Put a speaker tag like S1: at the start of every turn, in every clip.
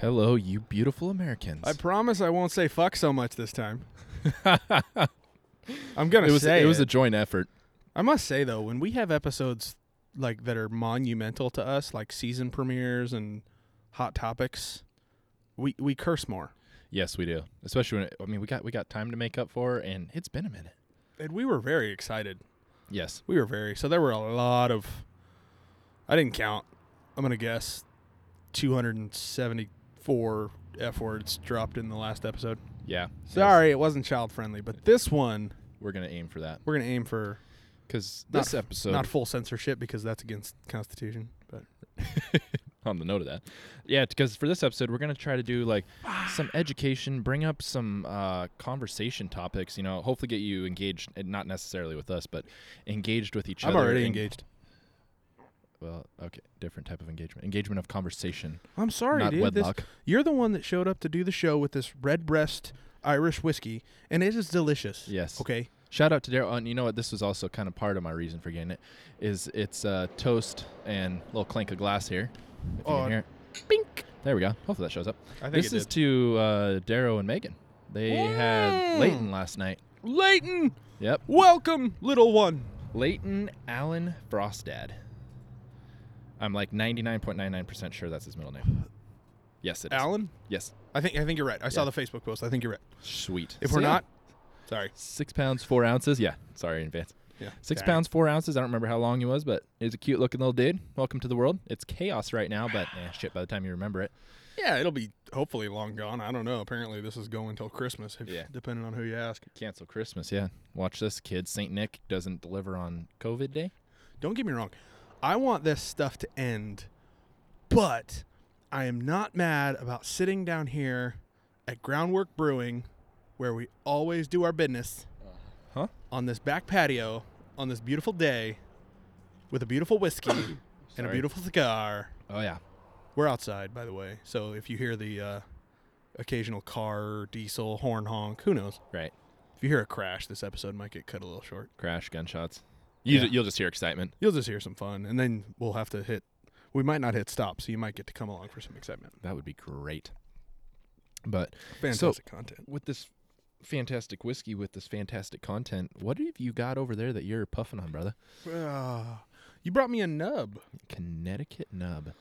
S1: Hello, you beautiful Americans.
S2: I promise I won't say fuck so much this time. I'm gonna
S1: it was
S2: say
S1: it was a joint effort.
S2: I must say though, when we have episodes like that are monumental to us, like season premieres and hot topics, we we curse more.
S1: Yes, we do. Especially when it, I mean we got we got time to make up for, and it's been a minute.
S2: And we were very excited.
S1: Yes,
S2: We were very so there were a lot of I didn't count. I'm gonna guess two hundred and seventy four F words dropped in the last episode.
S1: yeah. Yes.
S2: Sorry, it wasn't child friendly, but this one
S1: we're gonna aim for that
S2: we're gonna aim for
S1: because
S2: Not
S1: this episode
S2: not full censorship because that's against Constitution. But
S1: on the note of that. Yeah, because for this episode, we're gonna try to do like some education, bring up some uh, conversation topics. You know, hopefully get you engaged, and not necessarily with us, but engaged with each
S2: I'm
S1: other.
S2: already
S1: and-
S2: engaged.
S1: Well, okay, different type of engagement, engagement of conversation,
S2: I'm sorry,
S1: not
S2: dude. This-
S1: wedlock.
S2: you're the one that showed up to do the show with this red breast Irish whiskey, and it is delicious.
S1: Yes.
S2: Okay.
S1: Shout out to Daryl, and you know what? This was also kind of part of my reason for getting it. Is it's uh, toast and a little clink of glass here. If you
S2: Oh,
S1: can hear it.
S2: Bink.
S1: There we go. Hopefully that shows up.
S2: I think
S1: This is to uh, Darrow and Megan. They had
S2: Mm.
S1: Leighton last night.
S2: Leighton.
S1: Yep.
S2: Welcome, little one.
S1: Leighton Allen Frostad. I'm like 99.99% sure that's his middle name. Yes, it is.
S2: Alan.
S1: Yes.
S2: I think I think you're right. I saw
S1: Yeah.
S2: the Facebook post. I think you're right.
S1: Sweet.
S2: If
S1: So
S2: we're
S1: yeah,
S2: not, sorry.
S1: Six pounds, four ounces. Yeah. Sorry in advance.
S2: Yeah.
S1: Six
S2: Dang.
S1: pounds, four ounces. I don't remember how long he was, but he's a cute looking little dude. Welcome to the world. It's chaos right now, but eh, shit, by the time you remember it.
S2: Yeah, it'll be hopefully long gone. I don't know. Apparently, this is going till Christmas, if,
S1: Yeah.
S2: depending on who you ask.
S1: Cancel Christmas, yeah. Watch this, kid. St. Nick doesn't deliver on COVID day.
S2: Don't get me wrong. I want this stuff to end, but I am not mad about sitting down here at Groundwork Brewing, where we always do our business,
S1: Huh?
S2: on this back patio on this beautiful day with a beautiful whiskey and a
S1: Sorry.
S2: beautiful cigar.
S1: Oh, yeah.
S2: We're outside, by the way. So if you hear the uh, occasional car, diesel, horn honk, who knows?
S1: Right.
S2: If you hear a crash, this episode might get cut a little short.
S1: Crash, gunshots. You
S2: Yeah.
S1: ju- you'll just hear excitement.
S2: You'll just hear some fun, and then we'll have to hit. We might not hit stop, so you might get to come along for some excitement.
S1: That would be great. But
S2: Fantastic content.
S1: with this fantastic whiskey, with this fantastic content, what have you got over there that you're puffing on, brother?
S2: Ah, you brought me a nub.
S1: Connecticut Nub.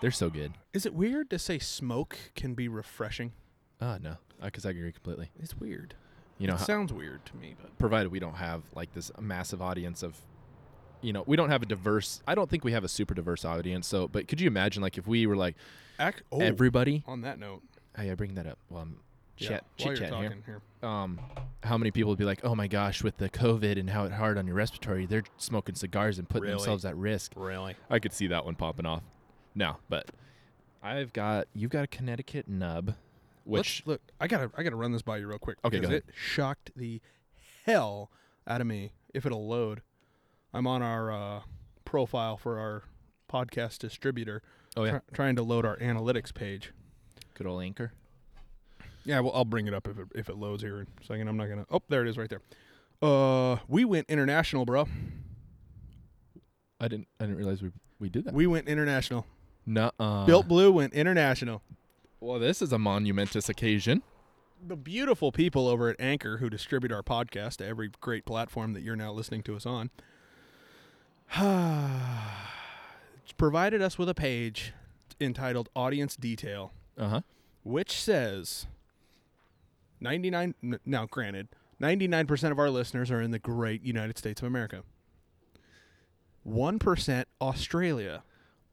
S1: They're so good.
S2: Is it weird to say smoke can be refreshing?
S1: Oh, no. Because I agree completely.
S2: It's weird.
S1: You know,
S2: it
S1: how-
S2: sounds weird to me, but
S1: provided we don't have like this massive audience of, you know, we don't have a diverse, I don't think we have a super diverse audience. So, but could you imagine like if we were like
S2: act. Oh,
S1: everybody?
S2: on that note,
S1: Oh, yeah, bring that up. Well, I'm
S2: yeah,
S1: chat,
S2: while
S1: chit
S2: you're
S1: chatting here.
S2: talking here.
S1: um, how many people would be like, "Oh my gosh, with the COVID and how it hard on your respiratory, they're smoking cigars and putting
S2: Really?
S1: themselves at risk."
S2: Really?
S1: I could see that one popping off. No, but I've got you've got a Connecticut nub, which
S2: Let's- look, I gotta, I gotta run this by you real quick.
S1: Okay, go
S2: because
S1: ahead.
S2: it shocked the hell out of me. If it'll load, I'm on our uh, profile for our podcast distributor.
S1: oh yeah,
S2: try- trying to load our analytics page.
S1: good old anchor.
S2: Yeah, well, I'll bring it up if it, if it loads here in a second. I'm not gonna. Oh, there it is, right there. Uh, we went international, bro.
S1: I didn't I didn't realize we we did that.
S2: We went international.
S1: No, uh,
S2: Built Blue went international.
S1: Well, this is a monumentous occasion.
S2: The beautiful people over at Anchor who distribute our podcast to every great platform that you're now listening to us on. provided us with a page entitled "Audience Detail."
S1: Uh huh.
S2: which says 99 n- now granted 99% of our listeners are in the great United States of America. 1% Australia.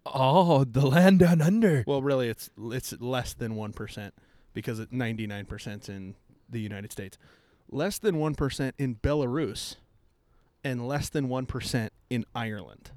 S1: Oh, the land down under.
S2: Well, really it's it's less than 1% because it 99%'s in the United States. Less than 1% in Belarus and less than 1% in Ireland.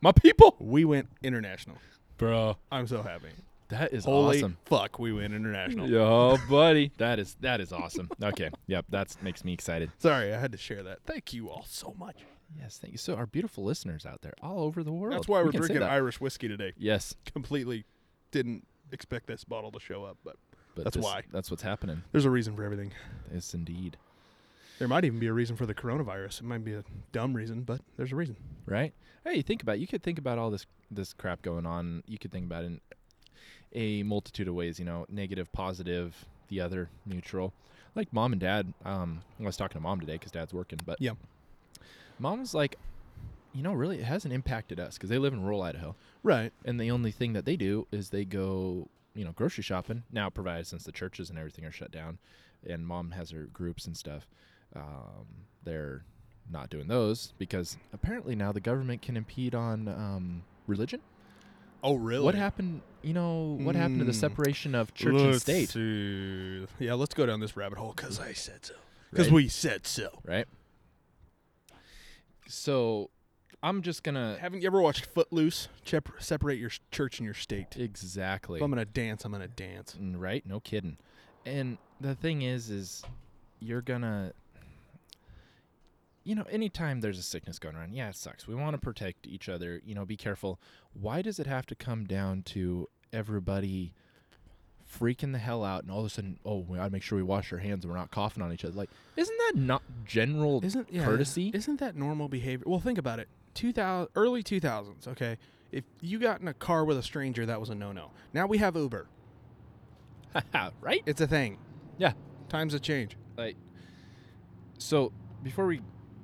S1: My people,
S2: We went international.
S1: bro.
S2: I'm so happy.
S1: That is
S2: Holy
S1: awesome.
S2: fuck, we went international.
S1: Yo, buddy, that is that is awesome. Okay, yep, that makes me excited.
S2: Sorry, I had to share that. Thank you all so much.
S1: Yes, thank you. So our beautiful listeners out there, all over the world.
S2: That's why
S1: We
S2: we're
S1: can say
S2: drinking
S1: that.
S2: Irish whiskey today.
S1: yes,
S2: Completely didn't expect this bottle to show up, but
S1: but
S2: That's
S1: this-
S2: why.
S1: That's what's happening.
S2: there's a reason for everything.
S1: Yes, indeed.
S2: There might even be a reason for the coronavirus. It might be a dumb reason, but there's a reason.
S1: Right? Hey, you think about. You could think about all this this crap going on. You could think about it in a multitude of ways. You know, negative, positive, the other, neutral. Like mom and dad. Um, I was talking to mom today because dad's working, but
S2: Yeah.
S1: mom's like, you know, really, it hasn't impacted us because they live in rural Idaho,
S2: Right.
S1: and the only thing that they do is they go, you know, grocery shopping. Now, provided since the churches and everything are shut down, and mom has her groups and stuff, um, they're not doing those because apparently now the government can impede on um, religion.
S2: Oh, really?
S1: What happened? You know, what happened to the
S2: Mm.
S1: separation of church and
S2: Let's
S1: state?
S2: see. Yeah, let's go down this rabbit hole because I said so. Because
S1: Right.
S2: we said so.
S1: Right. So, I'm just gonna
S2: Haven't you ever watched Footloose? Chep- separate your s- church and your state.
S1: exactly
S2: If I'm gonna dance, I'm gonna dance.
S1: Mm, right. No kidding. And the thing is, is you're gonna. You know, anytime there's a sickness going around, yeah, it sucks. We want to protect each other. You know, be careful. Why does it have to come down to everybody freaking the hell out and all of a sudden, oh, we gotta make sure we wash our hands and we're not coughing on each other? Like, isn't that not general
S2: Isn't yeah,
S1: courtesy?
S2: Isn't that normal behavior? Well, think about it. Two thousand early two thousands. Okay, if you got in a car with a stranger, that was a no no. Now we have Uber.
S1: right?
S2: It's a thing.
S1: Yeah.
S2: Times have changed.
S1: Like, so before we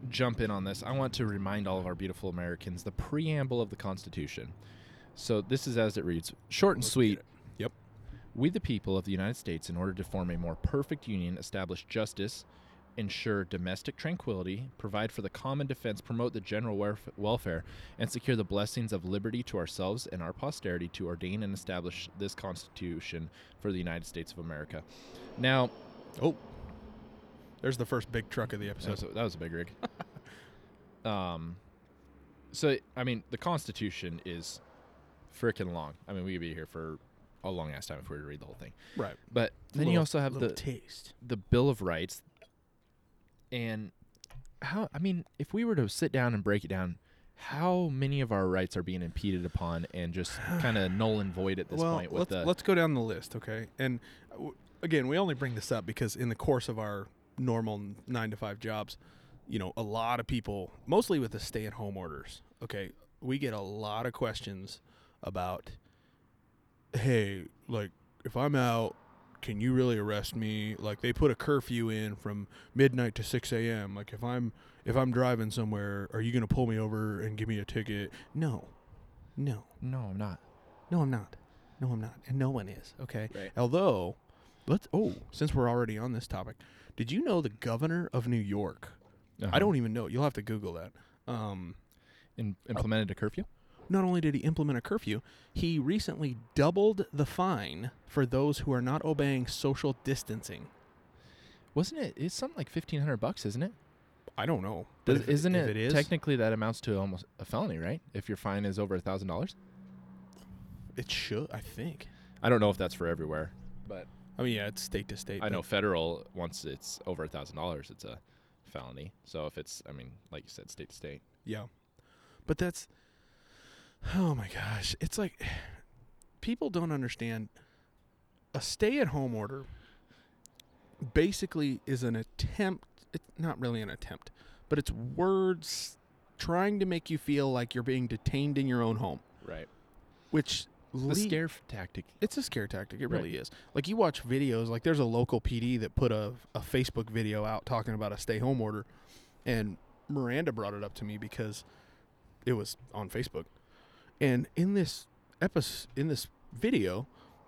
S1: jump in on this, I want to remind all of our beautiful Americans the preamble of the Constitution. So this is as it reads, short and
S2: Let's get
S1: sweet.
S2: it. Yep.
S1: We, the people of the United States, in order to form a more perfect union, establish justice, ensure domestic tranquility, provide for the common defense, promote the general welf- welfare, and secure the blessings of liberty to ourselves and our posterity to ordain and establish this Constitution for the United States of America. Now,
S2: Oh, there's the first big truck of the episode.
S1: that was a, that was a big rig. um, so I mean, the Constitution is freaking long. I mean, we could be here for a long ass time if we were to read the whole thing.
S2: Right.
S1: But then you
S2: Little-
S1: also have
S2: little
S1: the
S2: taste.
S1: the Bill of Rights, and how I mean, if we were to sit down and break it down, how many of our rights are being impeded upon and just kind of null and void at this
S2: well,
S1: point? With
S2: let's
S1: the
S2: let's go down the list, okay? And uh, w- again, we only bring this up because in the course of our normal n- nine to five jobs, you know, a lot of people, mostly with the stay-at-home orders, okay, we get a lot of questions about, hey, like if I'm out. Can you really arrest me? Like they put a curfew in from midnight to six a.m. Like if I'm if I'm driving somewhere, are you gonna pull me over and give me a ticket? No, no.
S1: no, I'm not.
S2: No, I'm not. No, I'm not. And no one is. Okay.
S1: Right.
S2: Although, let's. Oh, since we're already on this topic, did you know the governor of New York? I
S1: Uh-huh.
S2: don't even know. You'll have to Google that. Um,
S1: In, implemented a curfew.
S2: not only did he implement a curfew, he recently doubled the fine for those who are not obeying social distancing.
S1: Wasn't it? It's something like fifteen hundred bucks, isn't it?
S2: I don't know. but
S1: Does,
S2: if
S1: isn't
S2: if
S1: it,
S2: it is,
S1: technically that amounts to almost a felony, right? If your fine is over a thousand dollars,
S2: it should. I think.
S1: I don't know if that's for everywhere, but
S2: I mean, yeah, it's state to state.
S1: I
S2: but-
S1: know federal. Once it's over a thousand dollars, it's a felony. So if it's, I mean, like you said, state to state.
S2: Yeah. But that's Oh my gosh. It's like people don't understand a stay-at-home order basically is an attempt, it's not really an attempt, but it's words trying to make you feel like you're being detained in your own home,
S1: Right.
S2: which
S1: The
S2: le-
S1: scare f- tactic.
S2: it's a scare tactic. It
S1: Right.
S2: really is. Like you watch videos. Like there's a local PD that put a, a Facebook video out talking about a stay home order, and Miranda brought it up to me because it was on Facebook. And in this episode, in this video,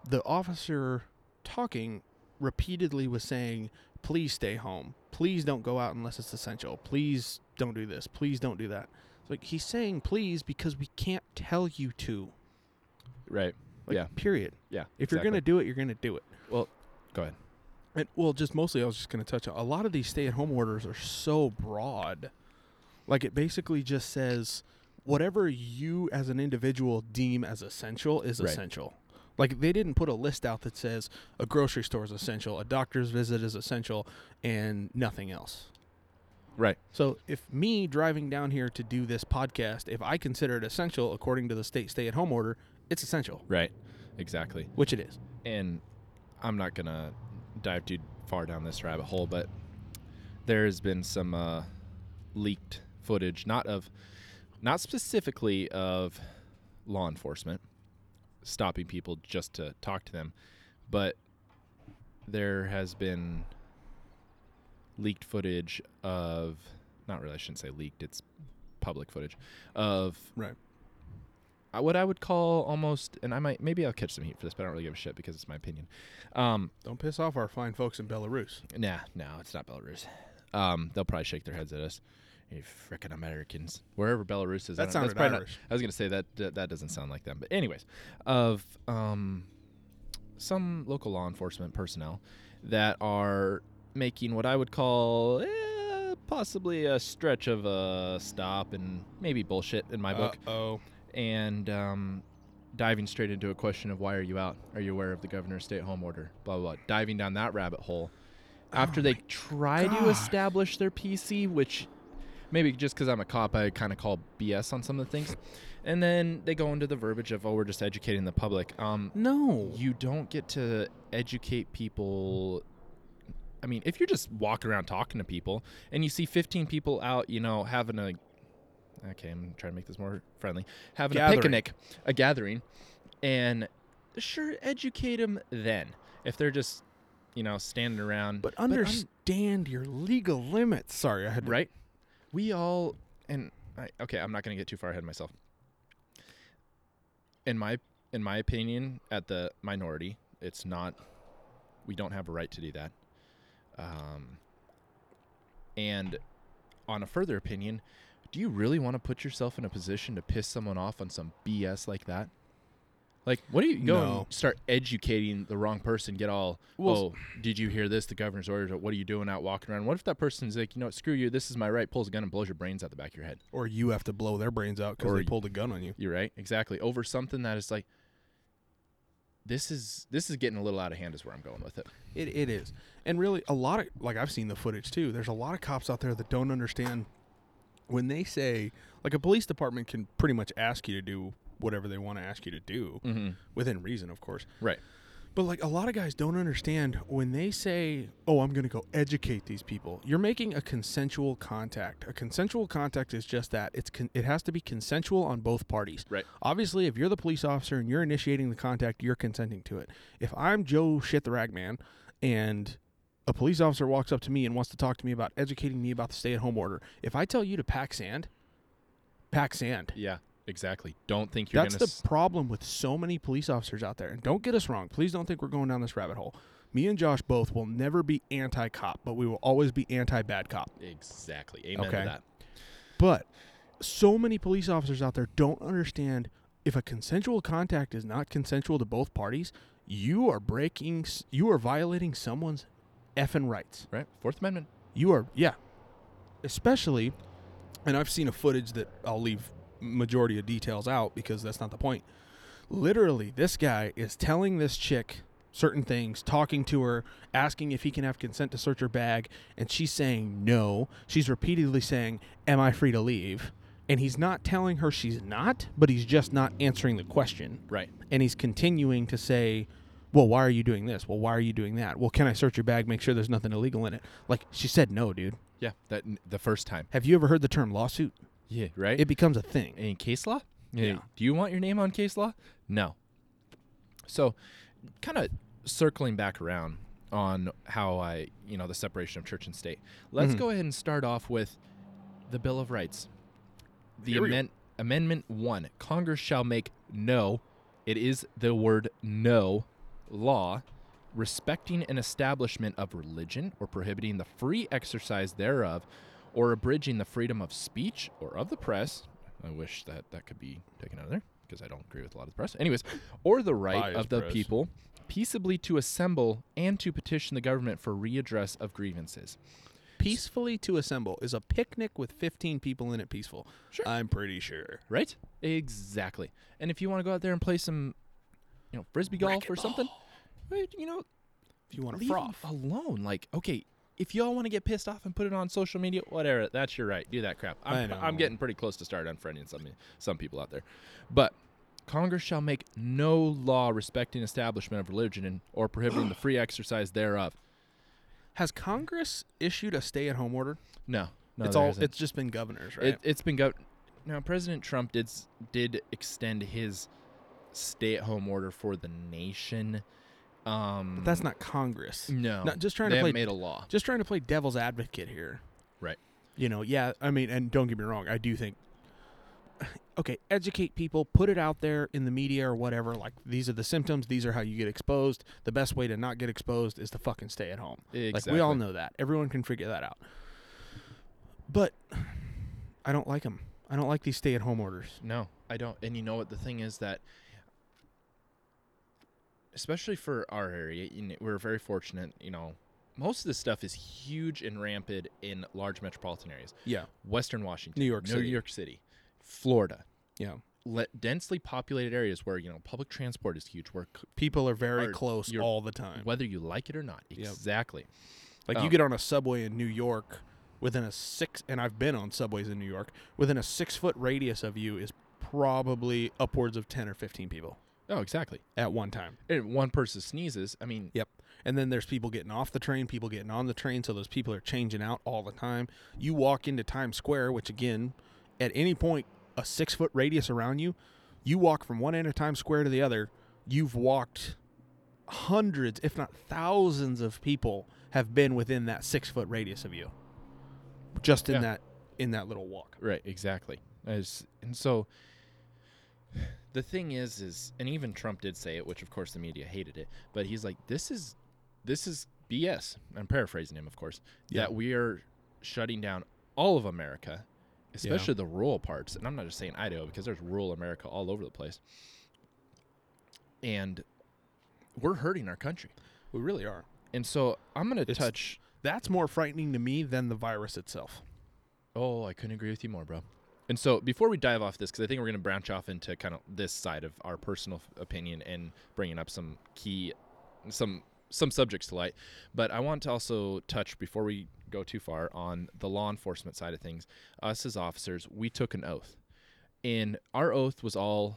S2: the officer talking repeatedly was saying, "Please stay home. Please don't go out unless it's essential. Please don't do this. Please don't do that." It's like he's saying "please" because we can't tell you to.
S1: Right.
S2: Like,
S1: Yeah.
S2: Period.
S1: Yeah.
S2: If you're gonna do it, you're gonna do it.
S1: go ahead.
S2: And well, just mostly, I was just gonna touch on a lot of these stay-at-home orders are so broad, like it basically just says whatever you as an individual deem as essential is
S1: Right.
S2: essential. Like they didn't put a list out that says a grocery store is essential, a doctor's visit is essential, and nothing else.
S1: Right.
S2: So if me driving down here to do this podcast, if I consider it essential according to the state stay-at-home order, it's essential,
S1: Right. Exactly.
S2: which it is.
S1: and I'm not gonna dive too far down this rabbit hole, but there has been some uh, leaked footage, not of, not specifically of law enforcement, stopping people just to talk to them, but there has been leaked footage of not really I shouldn't say leaked it's public footage of
S2: Right.
S1: uh, what I would call almost and I might maybe I'll catch some heat for this but I don't really give a shit because it's my opinion. Um
S2: Don't piss off our fine folks in Belarus.
S1: nah, no, it's not Belarus. Um they'll probably shake their heads at us. You frickin' Americans. Wherever Belarus is. I don't-
S2: That
S1: that's
S2: sounded
S1: probably not-
S2: Irish.
S1: I was gonna say that that that doesn't sound like them, but anyways, of um, some local law enforcement personnel that are making what I would call eh, possibly a stretch of a stop and maybe bullshit in my book,
S2: Oh,
S1: and um, diving straight into a question of why are you out? Are you aware of the governor's stay-at-home order? Blah blah. blah. Diving down that rabbit hole after they try
S2: God.
S1: to establish their PC, which maybe just because I'm a cop, I kind of call BS on some of the things. And then they go into the verbiage of, oh, we're just educating the public. Um,
S2: no.
S1: you don't get to educate people. I mean, if you're just walking around talking to people and you see 15 people out, you know, having a. Okay, I'm trying to make this more friendly. Having
S2: Gathering.
S1: a picnic, a gathering, and sure, educate them then. If they're just, you know, standing around.
S2: but
S1: un-
S2: understand your legal limits. Sorry, I had to.
S1: right? We all and I, okay, I'm not going to get too far ahead of myself. In my in my opinion, at the minority, it's not. We don't have a right to do that. Um, and on a further opinion, do you really want to put yourself in a position to piss someone off on some BS like that? Like, what do you go
S2: No.
S1: and start educating the wrong person? Get all,
S2: Well, s-
S1: oh, did you hear this? The governor's orders. What are you doing out walking around? What if that person's like, you know what, screw you. This is my right. Pulls a gun and blows your brains out the back of your head.
S2: Or you have to blow their brains out because
S1: Or
S2: they
S1: y-
S2: pulled a gun on you.
S1: You're right. Exactly. Over something that is like, this is this is getting a little out of hand. Is where I'm going with it.
S2: It, it is. And really, a lot of, like, I've seen the footage too. There's a lot of cops out there that don't understand when they say, like, a police department can pretty much ask you to do whatever they want to ask you to do,
S1: Mm-hmm.
S2: within reason, of course.
S1: Right.
S2: But, like, a lot of guys don't understand when they say, oh, I'm going to go educate these people. You're making a consensual contact. A consensual contact is just that it's con- it has to be consensual on both parties.
S1: Right.
S2: Obviously, if you're the police officer and you're initiating the contact, you're consenting to it. If I'm Joe shit the rag man and a police officer walks up to me and wants to talk to me about educating me about the stay at home order, if I tell you to pack sand, pack sand.
S1: Yeah. Exactly. Don't think you're
S2: That's
S1: gonna.
S2: the problem with so many police officers out there. And don't get us wrong. Please don't think we're going down this rabbit hole. Me and Josh both will never be anti cop, but we will always be anti bad cop.
S1: s- exactly. Amen
S2: Okay.
S1: to that.
S2: But so many police officers out there don't understand if a consensual contact is not consensual to both parties, you are breaking, s- you are violating someone's effing rights.
S1: Right. Fourth Amendment.
S2: You are, yeah. Especially, and I've seen a footage that I'll leave majority of details out because that's not the point. Literally, this guy is telling this chick certain things, talking to her, asking if he can have consent to search her bag, and she's saying no. She's repeatedly saying, Am I free to leave? And he's not telling her she's not, but he's just not answering the question
S1: Right.
S2: and he's continuing to say, "Well, why are you doing this? Well, why are you doing that? Well, can I search your bag, make sure there's nothing illegal in it?" Like she said, "No, dude.
S1: Yeah. That the first time.
S2: Have you ever heard the term lawsuit?
S1: Yeah, right.
S2: It becomes a thing."
S1: in case law?
S2: Yeah.
S1: Do you want your name on case law? No. So, kind of circling back around on how I, you know, the separation of church and state. Let's
S2: Mhm.
S1: go ahead and start off with the Bill of Rights. The
S2: Here we go.
S1: amend- amendment 1. Congress shall make no, it is the word no law respecting an establishment of religion or prohibiting the free exercise thereof or abridging the freedom of speech or of the press. I wish that that could be taken out of there because I don't agree with a lot of the press. Anyways, or the right
S2: Biased
S1: of the
S2: press.
S1: people peaceably to assemble and to petition the government for redress of grievances.
S2: Peacefully to assemble is a picnic with 15 people in it peaceful.
S1: Sure.
S2: I'm pretty sure.
S1: Right? Exactly. And if you want to go out there and play some, you know, frisbee golf or something, right, you know,
S2: If you want to
S1: leave 'em
S2: froth.
S1: alone. Like, okay, if y'all want to get pissed off and put it on social media, whatever, that's your right. Do that crap. I'm,
S2: I
S1: I'm
S2: know.
S1: getting pretty close to start unfriending some some people out there, but. Congress shall make no law respecting establishment of religion and, or prohibiting the free exercise thereof.
S2: Has Congress issued a stay-at-home order?
S1: No, no,
S2: it's
S1: Oh, there
S2: all
S1: isn't.
S2: it's just been governors, right?
S1: It, it's been go. Now, President Trump did s- did extend his stay at home order for the nation. Um,
S2: But that's not Congress.
S1: no.
S2: not- just trying to
S1: they haven't
S2: play-
S1: made a law.
S2: Just trying to play devil's advocate here.
S1: Right.
S2: You know, yeah, I mean, and don't get me wrong, I do think okay, educate people, put it out there in the media or whatever, like these are the symptoms, these are how you get exposed. The best way to not get exposed is to fucking stay at home. Like we all know that. Everyone can figure that out. But I don't like them. I don't like these stay-at-home orders.
S1: No, I don't. And you know what? The thing is that, especially for our area, you know, we're very fortunate. You know, most of this stuff is huge and rampant in large metropolitan areas.
S2: Yeah.
S1: Western Washington,
S2: New York
S1: New
S2: City.
S1: York City, Florida,
S2: Yeah.
S1: le- densely populated areas where you know public transport is huge. Where c-
S2: People are very
S1: Or
S2: close
S1: you're-
S2: all the time.
S1: whether you like it or not,
S2: Yep.
S1: exactly.
S2: Like you
S1: Um,
S2: get on a subway in New York within a six, and I've been on subways in New York within a six foot radius of you is probably upwards of ten or fifteen people
S1: Oh, exactly.
S2: at one time.
S1: And one person sneezes. I mean,
S2: Yep. And then there's people getting off the train, people getting on the train, so those people are changing out all the time. You walk into Times Square, which again, at any point, a six foot radius around you, you walk from one end of Times Square to the other. You've walked hundreds, if not thousands, of people have been within that six foot radius of you, just in
S1: Yeah.
S2: that in that little walk.
S1: Right, exactly. As, and so the thing is is and even Trump did say it, which of course the media hated it, but he's like this is this is BS. I'm paraphrasing him, of course.
S2: Yeah.
S1: That we are shutting down all of America, especially the rural parts. And I'm not just saying Idaho because there's rural America all over the place. And we're hurting our country.
S2: We really are.
S1: And so I'm going to
S2: It's-
S1: touch
S2: That's more frightening to me than the virus itself.
S1: Oh, I couldn't agree with you more, bro. And so before we dive off this, because I think we're going to branch off into kind of this side of our personal f- opinion and bringing up some key, some some subjects to light. But I want to also touch before we go too far on the law enforcement side of things. Us as officers, we took an oath, and our oath was all.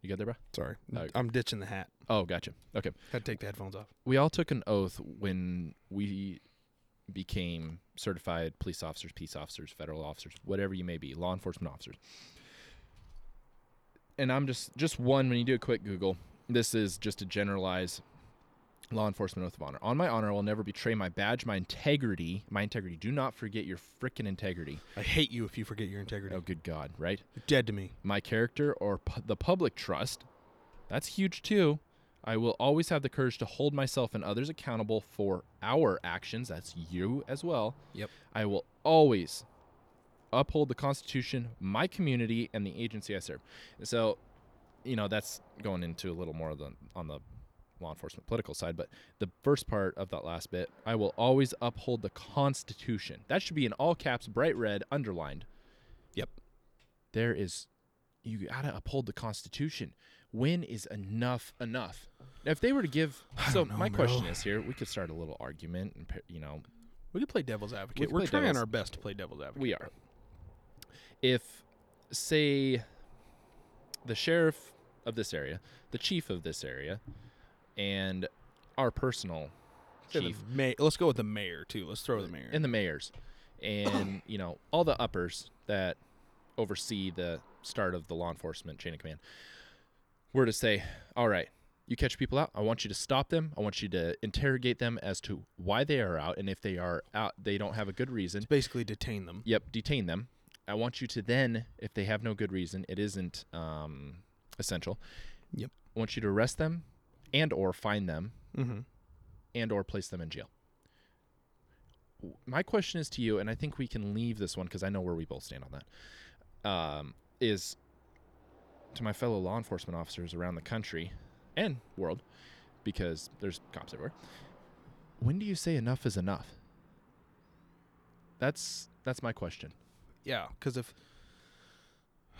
S1: You got there, bro?
S2: Sorry,
S1: Uh,
S2: I'm ditching the hat.
S1: Oh, gotcha. Okay
S2: Had to take the headphones off.
S1: we all took an oath when we became certified police officers, peace officers, federal officers, whatever you may be, law enforcement officers. And I'm just just one when you do a quick Google, this is just to generalize law enforcement oath of honor. On my honor, I will never betray my badge, my integrity, my integrity. Do not forget your frickin' integrity.
S2: I hate you if you forget your integrity.
S1: Oh, good God, right?
S2: You're dead to me.
S1: my character or pu- the public trust. That's huge too. I will always have the courage to hold myself and others accountable for our actions. That's you as well.
S2: Yep.
S1: I will always uphold the Constitution, my community, and the agency I serve. So, you know, that's going into a little more of the, on the law enforcement political side, but the first part of that last bit, I will always uphold the Constitution. That should be in all caps, bright red, underlined
S2: Yep.
S1: there is you gotta uphold the constitution when is enough enough now if they were to give so
S2: don't know,
S1: my question
S2: bro.
S1: is here we could start a little argument and pa- you know
S2: We could play devil's
S1: We
S2: advocate.
S1: could
S2: We're
S1: play
S2: trying
S1: devil's-
S2: our best to play devil's advocate.
S1: we are if say the sheriff of this area the chief of this area and our personal
S2: Say the
S1: chief
S2: ma- let's go with the mayor too. Let's throw the mayor.
S1: and the mayors and you know all the uppers that oversee the start of the law enforcement chain of command were to say all right you catch people out i want you to stop them i want you to interrogate them as to why they are out and if they are out they don't have a good reason
S2: Basically, detain them.
S1: yep detain them i want you to then if they have no good reason it isn't um, essential
S2: Yep.
S1: i want you to arrest them and or fine them
S2: Mm-hmm.
S1: and or place them in jail. W- My question is to you, and I think we can leave this one because I know where we both stand on that. Um, is to my fellow law enforcement officers around the country and world, because there's cops everywhere. When do you say enough is enough? That's that's my question.
S2: Yeah, because if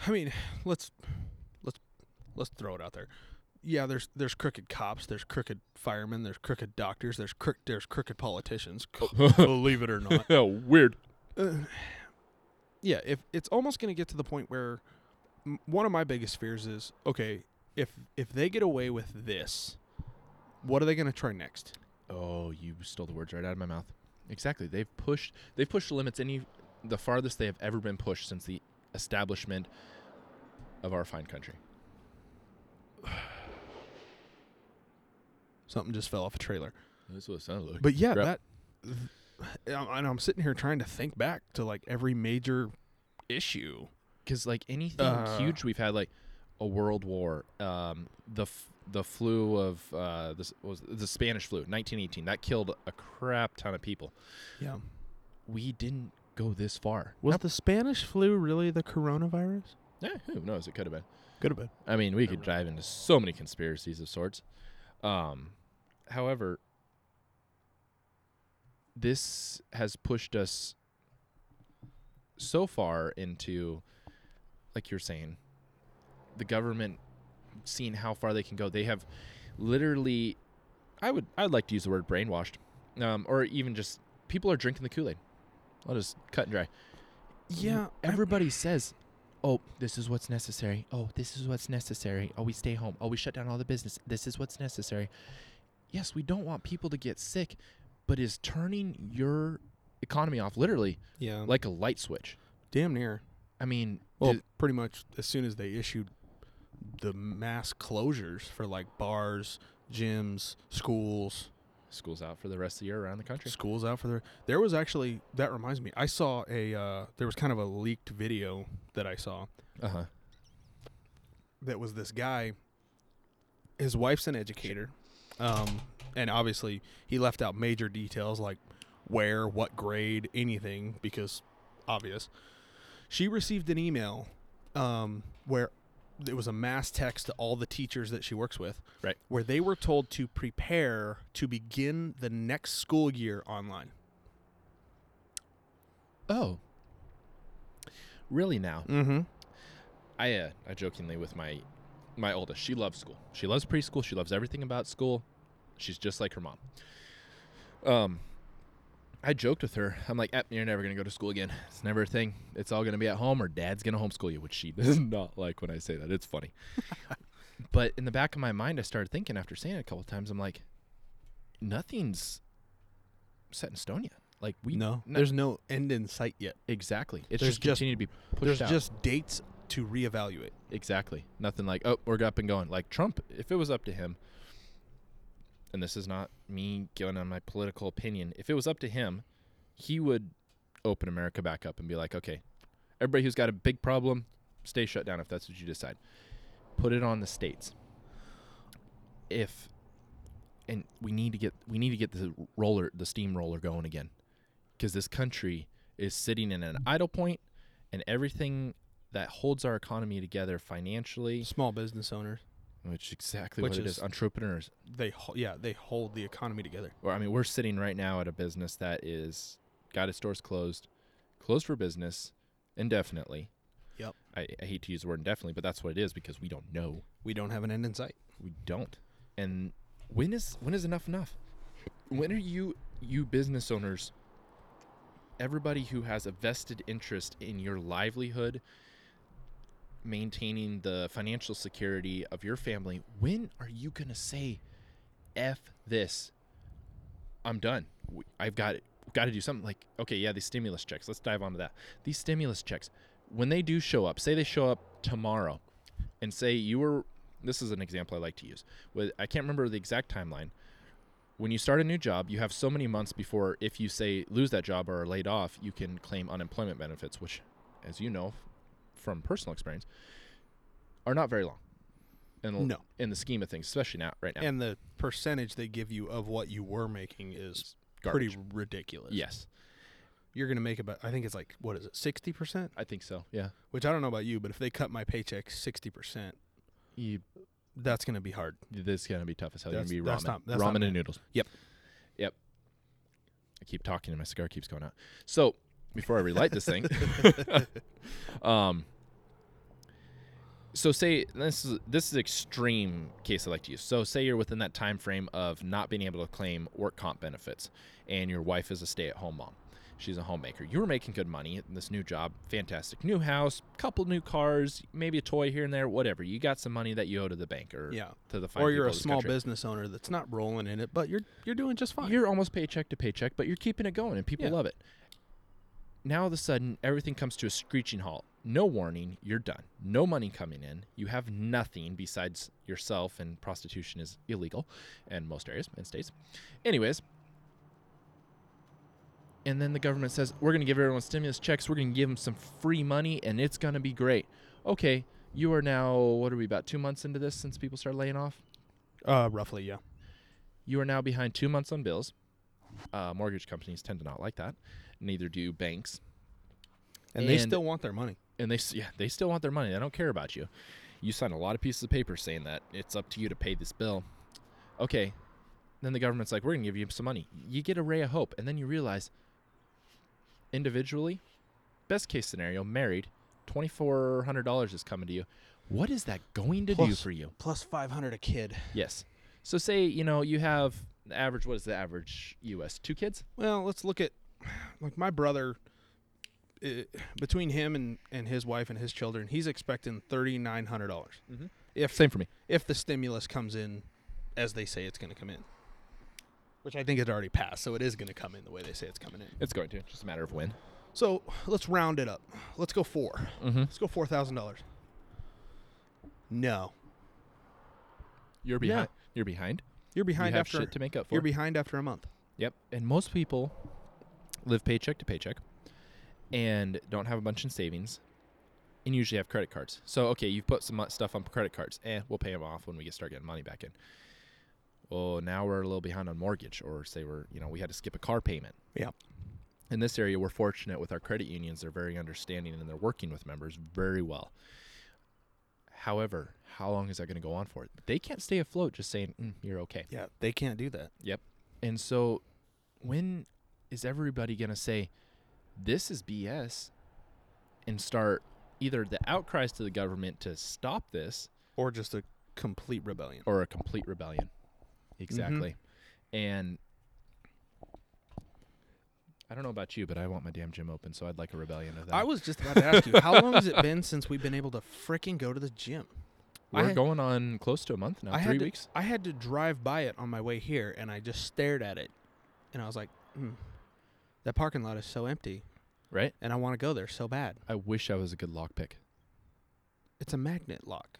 S2: I mean, let's let's let's throw it out there. Yeah, there's there's crooked cops, there's crooked firemen, there's crooked doctors, there's crook there's crooked politicians. Believe it or not.
S1: Oh, weird.
S2: yeah, if it's almost going to get to the point where m- one of my biggest fears is okay, if if they get away with this, what are they going to try next?
S1: Oh, you stole the words right out of my mouth. Exactly. They've pushed they've pushed the limits any the farthest they have ever been pushed since the establishment of our fine country.
S2: Something just fell off a trailer.
S1: That's what it sounded like.
S2: But yeah,
S1: Crap.
S2: that. th- I'm- And I'm sitting here trying to think back to like every major issue.
S1: because like anything
S2: Uh,
S1: huge we've had like a world war um the f- the flu of uh this was it? the spanish flu 1918 that killed a crap ton of people
S2: Yeah.
S1: we didn't go this far
S2: Was the Spanish flu really the coronavirus?
S1: yeah who knows it could have been
S2: Could have been.
S1: i mean we could dive into so many conspiracies of sorts um however this has pushed us so far into like you're saying the government seeing how far they can go they have literally i would i would like to use the word brainwashed um, or even just people are drinking the kool-aid i'll just cut and dry
S2: Yeah, I-
S1: Mm, everybody says oh this is what's necessary oh this is what's necessary oh we stay home oh we shut down all the business this is what's necessary yes we don't want people to get sick but is turning your economy off literally
S2: Yeah. Like
S1: like a light switch
S2: damn near.
S1: i mean
S2: Um, Well,
S1: did-
S2: pretty much as soon as they issued the mass closures for like bars, gyms, schools,
S1: school's out for the rest of the year around the country
S2: schools out for their. There was actually that reminds me. I saw a uh, there was kind of a leaked video that I saw
S1: uh-huh
S2: that was this guy. His wife's an educator, um, and obviously he left out major details like where, what grade, anything because obvious. She received an email um, where it was a mass text to all the teachers that she works with,
S1: Right.
S2: Where they were told to prepare to begin the next school year online.
S1: oh really now
S2: Mm-hmm.
S1: I uh, I jokingly with my my oldest, she loves school. She loves preschool. She loves everything about school. She's just like her mom. Um, I joked with her. I'm like, "Eh, you're never gonna go to school again. It's never a thing. It's all gonna be at home, or Dad's gonna homeschool you, which she does not like when I say that. It's funny. but in the back of my mind, I started thinking after saying it a couple times. I'm like, nothing's set in stone yet. Like we
S2: no, there's no end in sight yet.
S1: exactly. It's
S2: there's
S1: just
S2: just-
S1: continue to be pushed
S2: There's
S1: out.
S2: just dates to reevaluate.
S1: Exactly. Nothing like, oh, we're up and going. Like Trump, if it was up to him, and this is not me giving on my political opinion, if it was up to him, he would open America back up and be like, okay, everybody who's got a big problem, stay shut down if that's what you decide. Put it on the states. If and we need to get we need to get the roller the steamroller going again because this country is sitting in an idle point and everything that holds our economy together financially
S2: Small business owners,
S1: which exactly
S2: Which
S1: what
S2: is-
S1: it is entrepreneurs
S2: they ho- yeah they hold the economy together.
S1: or I mean, we're sitting right now at a business that is got its doors closed, closed for business indefinitely.
S2: Yep.
S1: I, I hate to use the word indefinitely, but that's what it is because we don't know.
S2: We don't have an end in sight.
S1: We don't. And when is when is enough enough? When are you you business owners, everybody who has a vested interest in your livelihood, maintaining the financial security of your family, when are you going to say f this? I'm done. W- I've got got to do something like okay, yeah, these stimulus checks. Let's dive onto that. These stimulus checks, when they do show up, say they show up tomorrow and say you were this is an example I like to use. With I can't remember the exact timeline. When you start a new job, you have so many months before if you say lose that job or are laid off, you can claim unemployment benefits, which as you know from personal experience are not very long. In the,
S2: No.
S1: in the scheme of things, especially now right now.
S2: And the percentage they give you of what you were making is
S1: Garbage.
S2: pretty ridiculous.
S1: yes.
S2: you're gonna make about I think it's like what is it sixty percent?
S1: I think so. Yeah.
S2: Which I don't know about you, but if they cut my paycheck sixty percent,
S1: You,
S2: that's gonna be hard.
S1: this is gonna be tough as hell. You're gonna
S2: That's-
S1: be
S2: that's
S1: ramen,
S2: not- that's not
S1: ramen
S2: bad.
S1: and noodles.
S2: Yep.
S1: Yep. I keep talking and my cigar keeps going out. So before I relight this thing, um, so say this is this is extreme case I like to use. So say you're within that time frame of not being able to claim work comp benefits, and your wife is a stay-at-home mom. She's a homemaker. You were making good money in this new job, fantastic new house, couple new cars, maybe a toy here and there, whatever. You got some money that you owe to the bank or
S2: Yeah.
S1: to the fine
S2: Or you're
S1: people
S2: a
S1: of this
S2: small
S1: country.
S2: business owner that's not rolling in it, but you're you're doing just fine.
S1: You're almost paycheck to paycheck, but you're keeping it going, and people
S2: Yeah.
S1: love it. Now all of a sudden, everything comes to a screeching halt. no warning, you're done. No money coming in. You have nothing besides yourself, and prostitution is illegal in most areas and states. Anyways, and then the government says, we're going to give everyone stimulus checks. We're going to give them some free money, and it's going to be great. Okay, you are now, what are we, about two months into this since people started laying off?
S2: Uh, roughly, yeah.
S1: You are now behind two months on bills. Uh, mortgage companies tend to not like that. Neither do banks
S2: And, they
S1: And-
S2: still want their money.
S1: and they s- yeah they still want their money. They don't care about you. You sign a lot of pieces of paper saying that it's up to you to pay this bill. Okay, then the government's like, we're gonna give you some money. You get a ray of hope, and then you realize, individually, best case scenario, married, twenty four hundred dollars is coming to you. What is that going to do
S2: Plus-
S1: for you?
S2: Plus 500 a kid.
S1: Yes. So say you know you have the average. What is the average U.S. two kids?
S2: Well, let's look at like my brother. Uh, between him and, and his wife and his children, he's expecting thirty nine hundred dollars
S1: Mhm.
S2: if
S1: Same for me.
S2: if the stimulus comes in as they say it's going to come in, which I think it already passed, so it is going to come in the way they say it's coming in.
S1: It's going to. It's just a matter of when.
S2: So let's round it up. Let's go four.
S1: Mm-hmm.
S2: Let's go four thousand dollars. No,
S1: You're
S2: Yeah.
S1: behind. You're behind.
S2: you're behind
S1: you have
S2: after
S1: shit to make up for.
S2: you're behind after a month.
S1: Yep. And most people live paycheck to paycheck and don't have a bunch in savings and usually have credit cards. So, okay, you've put some mo- stuff on credit cards. Eh, we'll pay them off when we get start getting money back in. Oh, now we're a little behind on mortgage or say we're, you know, we had to skip a car payment.
S2: Yeah.
S1: In this area, we're fortunate with our credit unions. They're very understanding and they're working with members very well. However, how long is that going to go on for? They can't stay afloat just saying, mm, you're okay.
S2: Yeah, they can't do that.
S1: And so, when is everybody going to say, this is BS, and start either the outcries to the government to stop this
S2: Or just a complete rebellion.
S1: or a complete rebellion? Exactly. And I don't know about you, but I want my damn gym open, so I'd like a rebellion of that.
S2: I was just about to ask you, how long has it been since we've been able to fricking go to the gym? I
S1: We're
S2: had-
S1: going on close to a month now,
S2: I
S1: three
S2: had to-
S1: weeks.
S2: I had to drive by it on my way here, and I just stared at it, and I was like, hmm, that parking lot is so empty,
S1: Right?
S2: and I want to go there so bad.
S1: I wish I was a good lockpick.
S2: It's a magnet lock.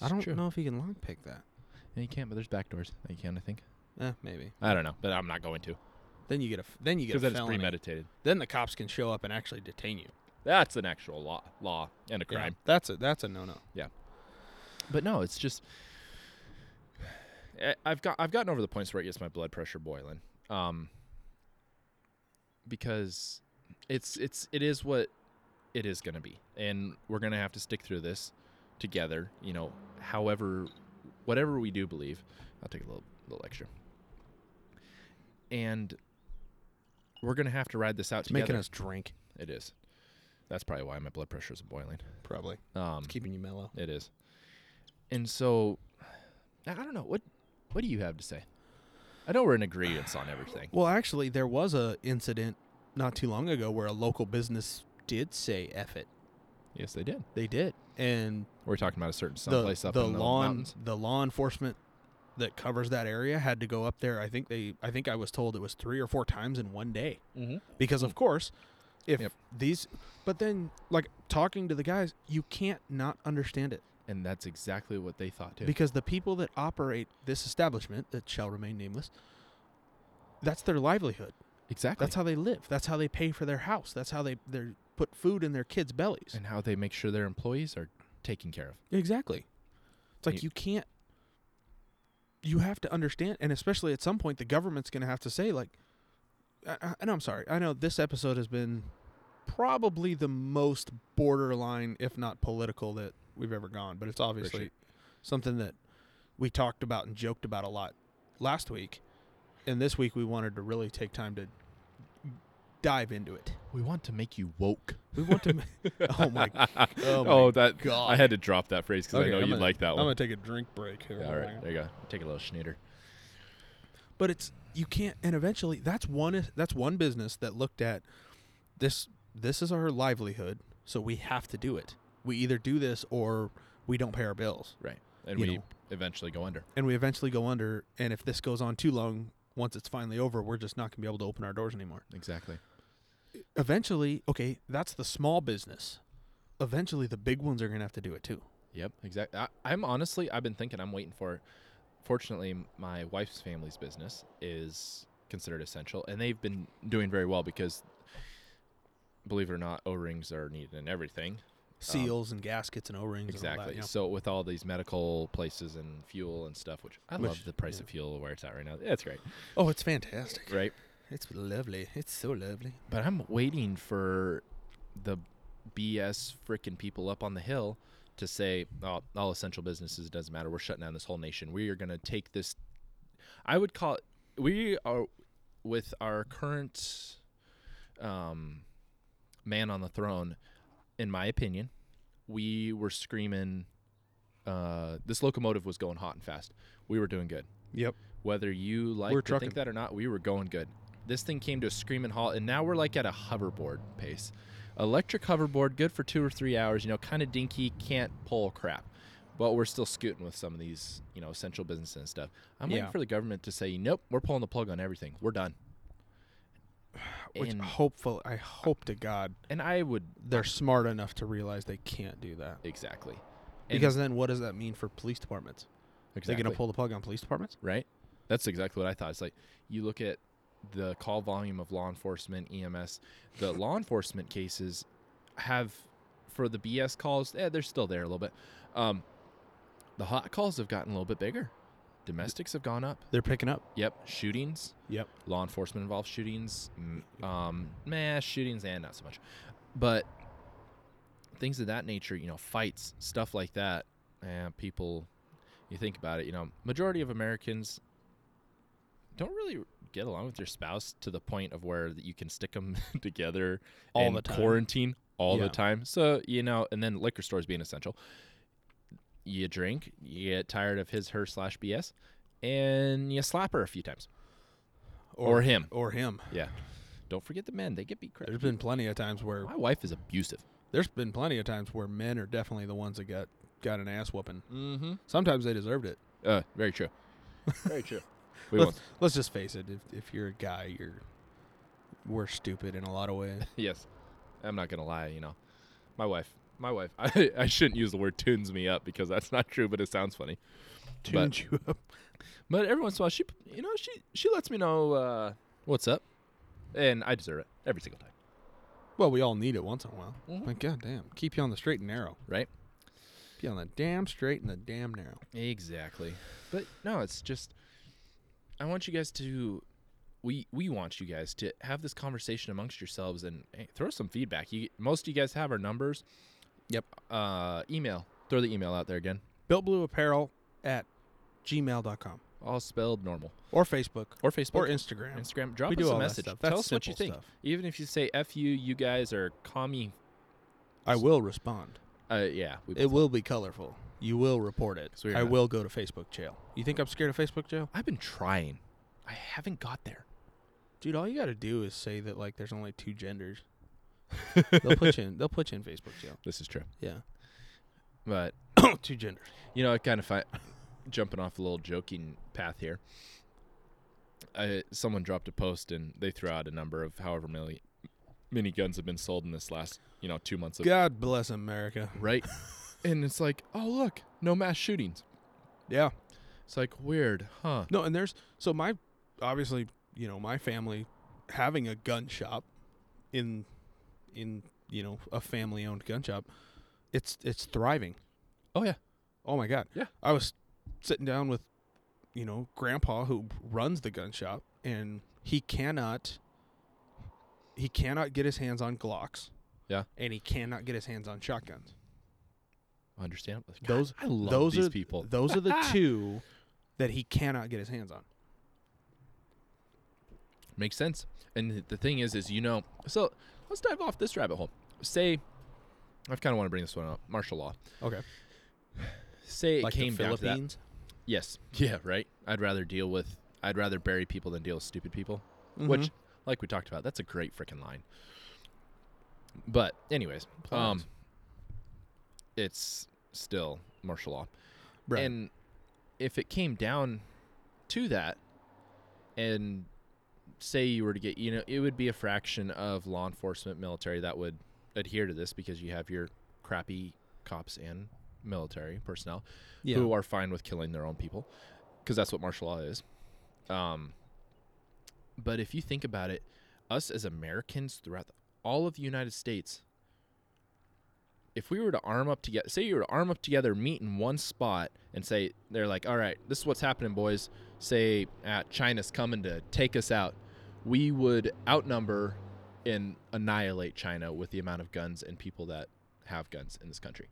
S2: I
S1: It's
S2: don't
S1: true.
S2: know if you can lockpick that.
S1: And you can't, but there's back doors that you can, I think.
S2: Eh, maybe.
S1: I don't know, but I'm not going to
S2: Then you get a f- then you get a
S1: because that is
S2: felony.
S1: premeditated.
S2: Then the cops can show up and actually detain you.
S1: That's an actual law, law and a
S2: Yeah,
S1: crime.
S2: that's a that's a no no.
S1: But no, it's just I- Eh, I've got I've gotten over the points where it gets my blood pressure boiling, um, because it's it's it is what it is going to be, and we're going to have to stick through this together. You know, however, whatever we do believe, I'll take a little little extra, and we're going to have to ride this out
S2: It's
S1: together.
S2: making us drink
S1: it is. That's probably why my blood pressure is boiling.
S2: probably.
S1: Um,
S2: It's keeping you mellow.
S1: it is. And so, I I don't know what what do you have to say. I know we're in agreement on everything.
S2: Well, actually, there was a incident not too long ago where a local business did say "f it."
S1: Yes, they did.
S2: They did, and
S1: We're talking about a certain
S2: the
S1: someplace up
S2: the
S1: in the
S2: law
S1: mountains.
S2: the law enforcement that covers that area had to go up there. I think they I think I was told it was three or four times in one day.
S1: Mm-hmm.
S2: because of course if
S1: Yep.
S2: these but then like talking to the guys you can't not understand it
S1: And that's exactly what they thought too.
S2: because the people that operate this establishment that shall remain nameless that's their livelihood
S1: exactly.
S2: that's how they live that's how they pay for their house that's how they they put food in their kids bellies
S1: and how they make sure their employees are taken care of.
S2: exactly it's like
S1: You-
S2: you can't you have to understand and especially at some point the government's going to have to say like I- I, and I'm sorry I know this episode has been probably the most borderline, if not political, that we've ever gone. But it's obviously
S1: Appreciate
S2: something that we talked about and joked about a lot last week. And this week we wanted to really take time to dive into it.
S1: We want to make you woke.
S2: We want to. oh my! Oh, my
S1: that
S2: God.
S1: I had to drop that phrase because
S2: Okay,
S1: I know
S2: I'm
S1: you'd
S2: gonna-
S1: like that
S2: I'm
S1: one.
S2: gonna take a drink break here.
S1: Yeah, all right, there you go. Take a little schneider.
S2: but it's you can't and eventually that's one that's one business that looked at this this is our livelihood so we have to do it we either do this or we don't pay our bills
S1: Right, and
S2: You
S1: we
S2: know.
S1: eventually go under.
S2: and we eventually go under and if this goes on too long once it's finally over we're just not going to be able to open our doors anymore
S1: Exactly.
S2: eventually, okay, that's the small business. Eventually, the big ones are going to have to do it too.
S1: Yep, exactly. I, I'm honestly, I've been thinking, I'm waiting for. Fortunately, m- my wife's family's business is considered essential, and they've been doing very well because, believe it or not, O rings are needed in everything.
S2: Seals and gaskets and O rings.
S1: Exactly. So with all these medical places and fuel and stuff, which I
S2: Which-
S1: love the price
S2: yeah.
S1: of fuel where it's at right now. That's great,
S2: Oh, it's fantastic.
S1: right?
S2: It's lovely. It's so lovely.
S1: But I'm waiting for the BS freaking people up on the hill to say, oh, all essential businesses, it doesn't matter. We're shutting down this whole nation. We are going to take this. I would call it, we are, with our current um, man on the throne, in my opinion, we were screaming, uh, this locomotive was going hot and fast. We were doing good
S2: Yep.
S1: whether you like
S2: We're
S1: to
S2: trucking.
S1: think that or not, we were going good. This thing came to a screaming halt, and now we're like at a hoverboard pace. Electric hoverboard, good for two or three hours. You know, kind of dinky, can't pull crap, but we're still scooting with some of these, you know, essential businesses and stuff. I'm
S2: Yeah.
S1: waiting for the government to say, nope, we're pulling the plug on everything. We're done.
S2: Which oh.
S1: and,
S2: hopeful, I hope to God
S1: and I would
S2: they're smart enough to realize they can't do that.
S1: exactly And-
S2: Because then, what does that mean for police departments?
S1: exactly
S2: They're going to pull the plug on police departments.
S1: right? That's exactly what I thought. It's like you look at the call volume of law enforcement, EMS, the law enforcement cases have for the BS calls, eh, they're still there a little bit. Um, the hot calls have gotten a little bit bigger. Domestics have gone up.
S2: They're picking up.
S1: Yep. Shootings,
S2: Yep.
S1: law enforcement involved shootings, m- um, mass shootings, and not so much. But things of that nature, you know, fights, stuff like that, and people, you think about it, you know, majority of Americans don't really get along with their spouse to the point of where that you can stick them together
S2: All
S1: and
S2: the time.
S1: quarantine all
S2: Yeah.
S1: the time. So you know, and then liquor stores being essential. You drink, you get tired of his, her slash BS, and you slap her a few times or him.
S2: Or him.
S1: Yeah. Don't forget the men. They get beat crap.
S2: There's been plenty of times where
S1: My wife is abusive.
S2: there's been plenty of times where men are definitely the ones that got got an ass whooping.
S1: Mm-hmm.
S2: Sometimes they deserved it.
S1: Uh, very true. Very true. We
S2: let's,
S1: won't.
S2: let's just face it. If, if you're a guy, you're we're stupid in a lot of ways.
S1: Yes. I'm not gonna lie. You know, my wife. My wife. I, I shouldn't use the word tunes me up because that's not true, but it sounds funny.
S2: Tuned you up.
S1: But every once in a while, she you know she she lets me know uh, what's up, and I deserve it every single time.
S2: Well, we all need it once in a while.
S1: Mhm.
S2: Like, goddamn, keep you on the straight and narrow.
S1: Right.
S2: Keep you on the damn straight and the damn narrow.
S1: Exactly. But no, it's just I want you guys to we we want you guys to have this conversation amongst yourselves and hey, throw some feedback. You most of you guys have our numbers.
S2: Yep.
S1: Uh email. Throw the email out there again.
S2: Built Blue Apparel at gmail.com
S1: All spelled normal.
S2: or Facebook
S1: Or Facebook.
S2: or Instagram.
S1: Instagram. Drop
S2: We
S1: us
S2: do
S1: a
S2: all that
S1: message.
S2: stuff.
S1: Tell
S2: That's
S1: us what you
S2: simple
S1: think.
S2: stuff.
S1: Even if you say F you, you guys are commie
S2: I will respond.
S1: uh yeah, we
S2: It will be colorful. You will report it.
S1: So you're
S2: I
S1: not-
S2: will go to Facebook jail. You think I'm scared of Facebook jail?
S1: I've been trying. I haven't got there.
S2: Dude, all you got to do is say that like there's only two genders. they'll put you in. They'll put you in Facebook jail.
S1: This is true.
S2: Yeah.
S1: But
S2: two genders.
S1: You know, I kind of find jumping off a little joking path here. I, someone dropped a post and they threw out a number of however many many guns have been sold in this last you know two months of
S2: God bless America.
S1: right, and it's like, oh look, no mass shootings.
S2: Yeah.
S1: It's like weird, huh?
S2: No, and there's so my obviously, you know, my family having a gun shop in in, you know, a family-owned gun shop, it's it's thriving.
S1: Oh yeah,
S2: Oh my god.
S1: Yeah.
S2: I was sitting down with you know, grandpa who runs the gun shop and he cannot he cannot get his hands on Glocks.
S1: Yeah.
S2: And he cannot get his hands on shotguns.
S1: understandable. God,
S2: Those-
S1: I love
S2: those
S1: these
S2: are-
S1: people.
S2: Those are the two that he cannot get his hands on.
S1: Makes sense. And th- the thing is, is you know, so let's dive off this rabbit hole. Say, I kind of want to bring this one up. Martial law.
S2: Okay.
S1: Say it
S2: like
S1: came
S2: the
S1: down to that.
S2: Philippines.
S1: Yes. Yeah, right. I'd rather deal with I'd rather bury people than deal with stupid people.
S2: Mm-hmm.
S1: Which like we talked about, that's a great freaking line. But anyways, um
S2: Plows.
S1: it's still martial law.
S2: Right.
S1: And if it came down to that and say you were to get, you know, it would be a fraction of law enforcement, military that would adhere to this because you have your crappy cops and military personnel
S3: Yeah.
S1: who are fine with killing their own people because that's what martial law is. Um, but if you think about it, us as Americans throughout the, all of the United States, if we were to arm up together, say you were to arm up together, meet in one spot, and say they're like, "All right, this is what's happening, boys." Say ah, China's coming to take us out, we would outnumber and annihilate China with the amount of guns and people that have guns in this country,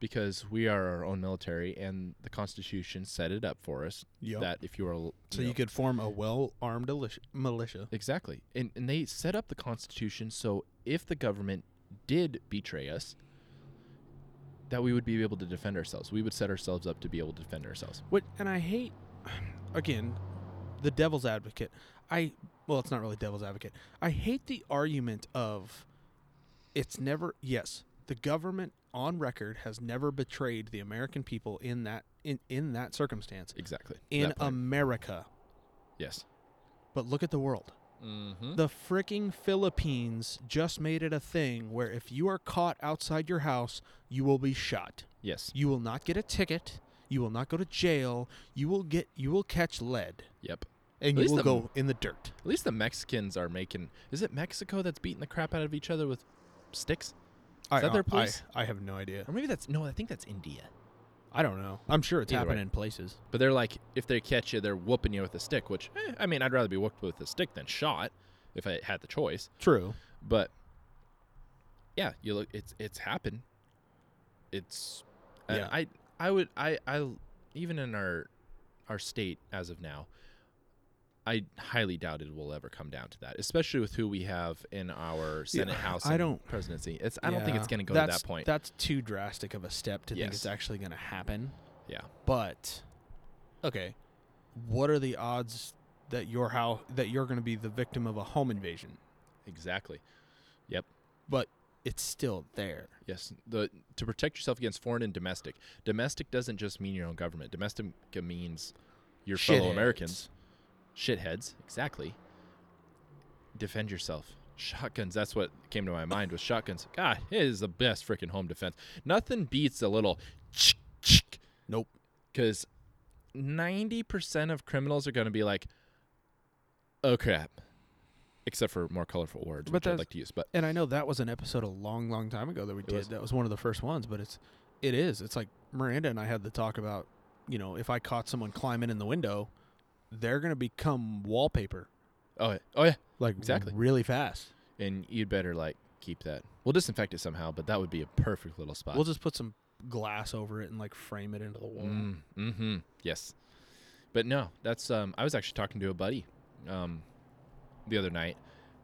S1: because we are our own military, and the Constitution set it up for us
S2: Yep.
S1: that if you are you
S2: so
S1: know,
S2: you could form a well armed militia.
S1: Exactly. And and they set up the constitution so if the government did betray us that we would be able to defend ourselves. We would set ourselves up to be able to defend ourselves.
S2: What and I hate again the devil's advocate. I well, it's not really devil's advocate. I hate the argument of it's never yes, the government on record has never betrayed the American people in that in in that circumstance
S1: Exactly. To
S2: in um,
S1: that point.
S2: America.
S1: yes.
S2: But look at the world.
S1: Mm-hmm.
S2: The freaking Philippines just made it a thing where if you are caught outside your house, you will be shot.
S1: Yes.
S2: You will not get a ticket. You will not go to jail. You will get you will catch lead.
S1: Yep.
S2: and
S1: At
S2: you
S1: least
S2: will
S1: the-
S2: go in the dirt.
S1: At least the Mexicans are making. Is it Mexico that's beating the crap out of each other with sticks?
S2: I,
S1: that their place?
S2: I, I have no idea.
S1: Or maybe that's no. I think that's India.
S2: I don't know. I'm sure it's
S1: Either
S2: happening
S1: way.
S2: in places.
S1: But they're like, if they catch you, they're whooping you with a stick. Which, eh, I mean, I'd rather be whooped with a stick than shot, if I had the choice.
S2: True.
S1: But yeah, you look it's it's happened. It's and
S2: Yeah.
S1: I I would I I even in our our state as of now, I highly doubt it will ever come down to that, especially with who we have in our Senate, House,
S2: I
S1: and
S2: don't-
S1: presidency. It's I don't think it's going to go to
S2: That's-
S1: that point.
S2: That's too drastic of a step to think
S1: Yes.
S2: it's actually going to happen.
S1: yeah,
S2: But okay, what are the odds that your how that you're going to be the victim of a home invasion?
S1: exactly.
S2: But it's still there.
S1: Yes, the to protect yourself against foreign and domestic. Domestic doesn't just mean your own government. Domestic means your fellow
S2: Shitheads.
S1: Americans, shitheads. Exactly. Defend yourself. Shotguns. That's what came to my mind with shotguns. God, it is the best freaking home defense. Nothing beats a little
S2: Nope.
S1: because ninety percent of criminals are going to be like, "Oh crap," except for more colorful words,
S2: But
S1: which I'd
S2: that's-
S1: like to use. But
S2: And I know that was an episode a long, long time ago that we did.
S1: was.
S2: That was one of the first ones, but it's it is. It's like Miranda and I had the talk about, you know, if I caught someone climbing in the window, they're gonna become wallpaper.
S1: oh, yeah. oh yeah,
S2: Like
S1: Exactly.
S2: really fast.
S1: and you'd better like keep that. We'll disinfect it somehow, but that would be a perfect little spot.
S2: We'll just put some glass over it and like frame it into the wall.
S1: mm, hmm Yes, but no, that's um. I was actually talking to a buddy, um, the other night,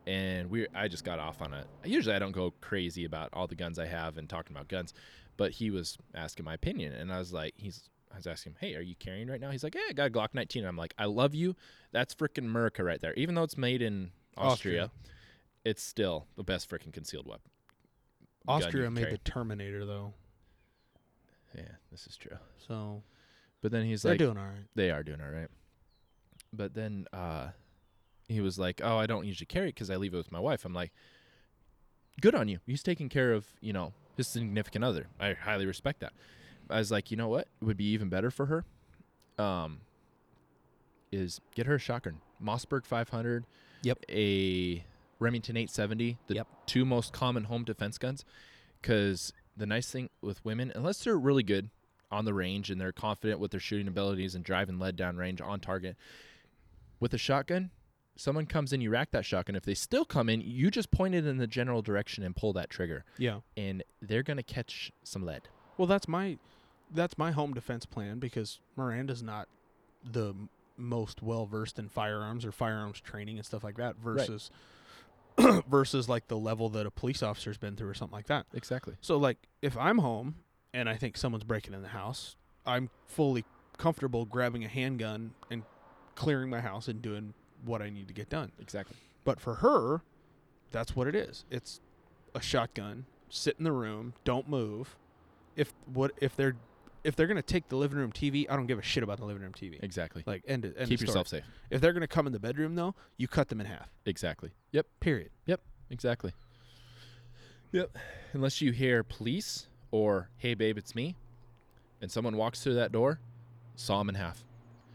S1: and we I just got off on a. Usually I don't go crazy about all the guns I have and talking about guns, but he was asking my opinion, and I was like, he's. I was asking him, "Hey, are you carrying right now?" He's like, "Yeah, I got a Glock 19." And I'm like, "I love you. That's freaking America right there. Even though it's made in Austria,
S2: Austria.
S1: it's still the best freaking concealed weapon." gun you
S2: Austria
S1: can
S2: made
S1: carry.
S2: the Terminator though,
S1: Yeah, this is true.
S2: so
S1: But then he's
S2: they're
S1: like,
S2: doing all right.
S1: they are doing all right. But then uh, he was like, "Oh, I don't usually carry it because I leave it with my wife." I'm like, "Good on you. He's taking care of you know his significant other. I highly respect that." I was like, "You know what would be even better for her, um, is get her a shotgun, Mossberg 500,
S2: Yep.
S1: a Remington 870, the
S2: Yep.
S1: two most common home defense guns. Because the nice thing with women, unless they're really good on the range and they're confident with their shooting abilities and driving lead down range on target, with a shotgun, someone comes in, you rack that shotgun. If they still come in, you just point it in the general direction and pull that trigger,
S2: Yeah.
S1: and they're gonna catch some lead.
S2: Well, that's my that's my home defense plan because Miranda's not the m- most well versed in firearms or firearms training and stuff like that versus versus like the level that a police officer's been through or something like that.
S1: Exactly.
S2: So like if I'm home and I think someone's breaking in the house, I'm fully comfortable grabbing a handgun and clearing my house and doing what I need to get done.
S1: Exactly.
S2: But for her, that's what it is. It's a shotgun. Sit in the room. Don't move. If what if they're if they're gonna take the living room TV, I don't give a shit about the living room TV.
S1: Exactly.
S2: Like end it. End
S1: Keep
S2: of story.
S1: yourself safe.
S2: If they're gonna come in the bedroom though, you cut them in half.
S1: Exactly. Yep.
S2: Period.
S1: Yep. Exactly. Yep. Unless you hear police or hey babe it's me, and someone walks through that door, saw them in half.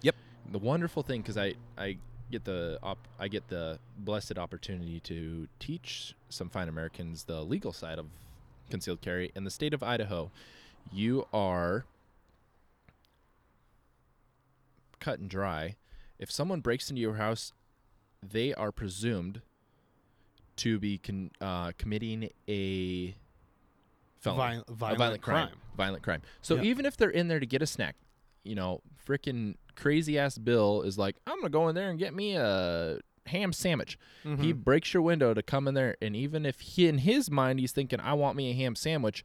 S2: Yep.
S1: The wonderful thing because I I get the op- I get the blessed opportunity to teach some fine Americans the legal side of concealed carry in the state of Idaho. You are cut and dry. If someone breaks into your house, they are presumed to be con- uh, committing a felony,
S2: Viol- violent
S1: a violent crime.
S2: crime.
S1: violent crime. So
S2: Yeah.
S1: even if they're in there to get a snack, you know, freaking crazy ass Bill is like, I'm gonna go in there and get me a ham sandwich. He
S2: Mm-hmm.
S1: breaks your window to come in there, and even if he in his mind he's thinking, I want me a ham sandwich,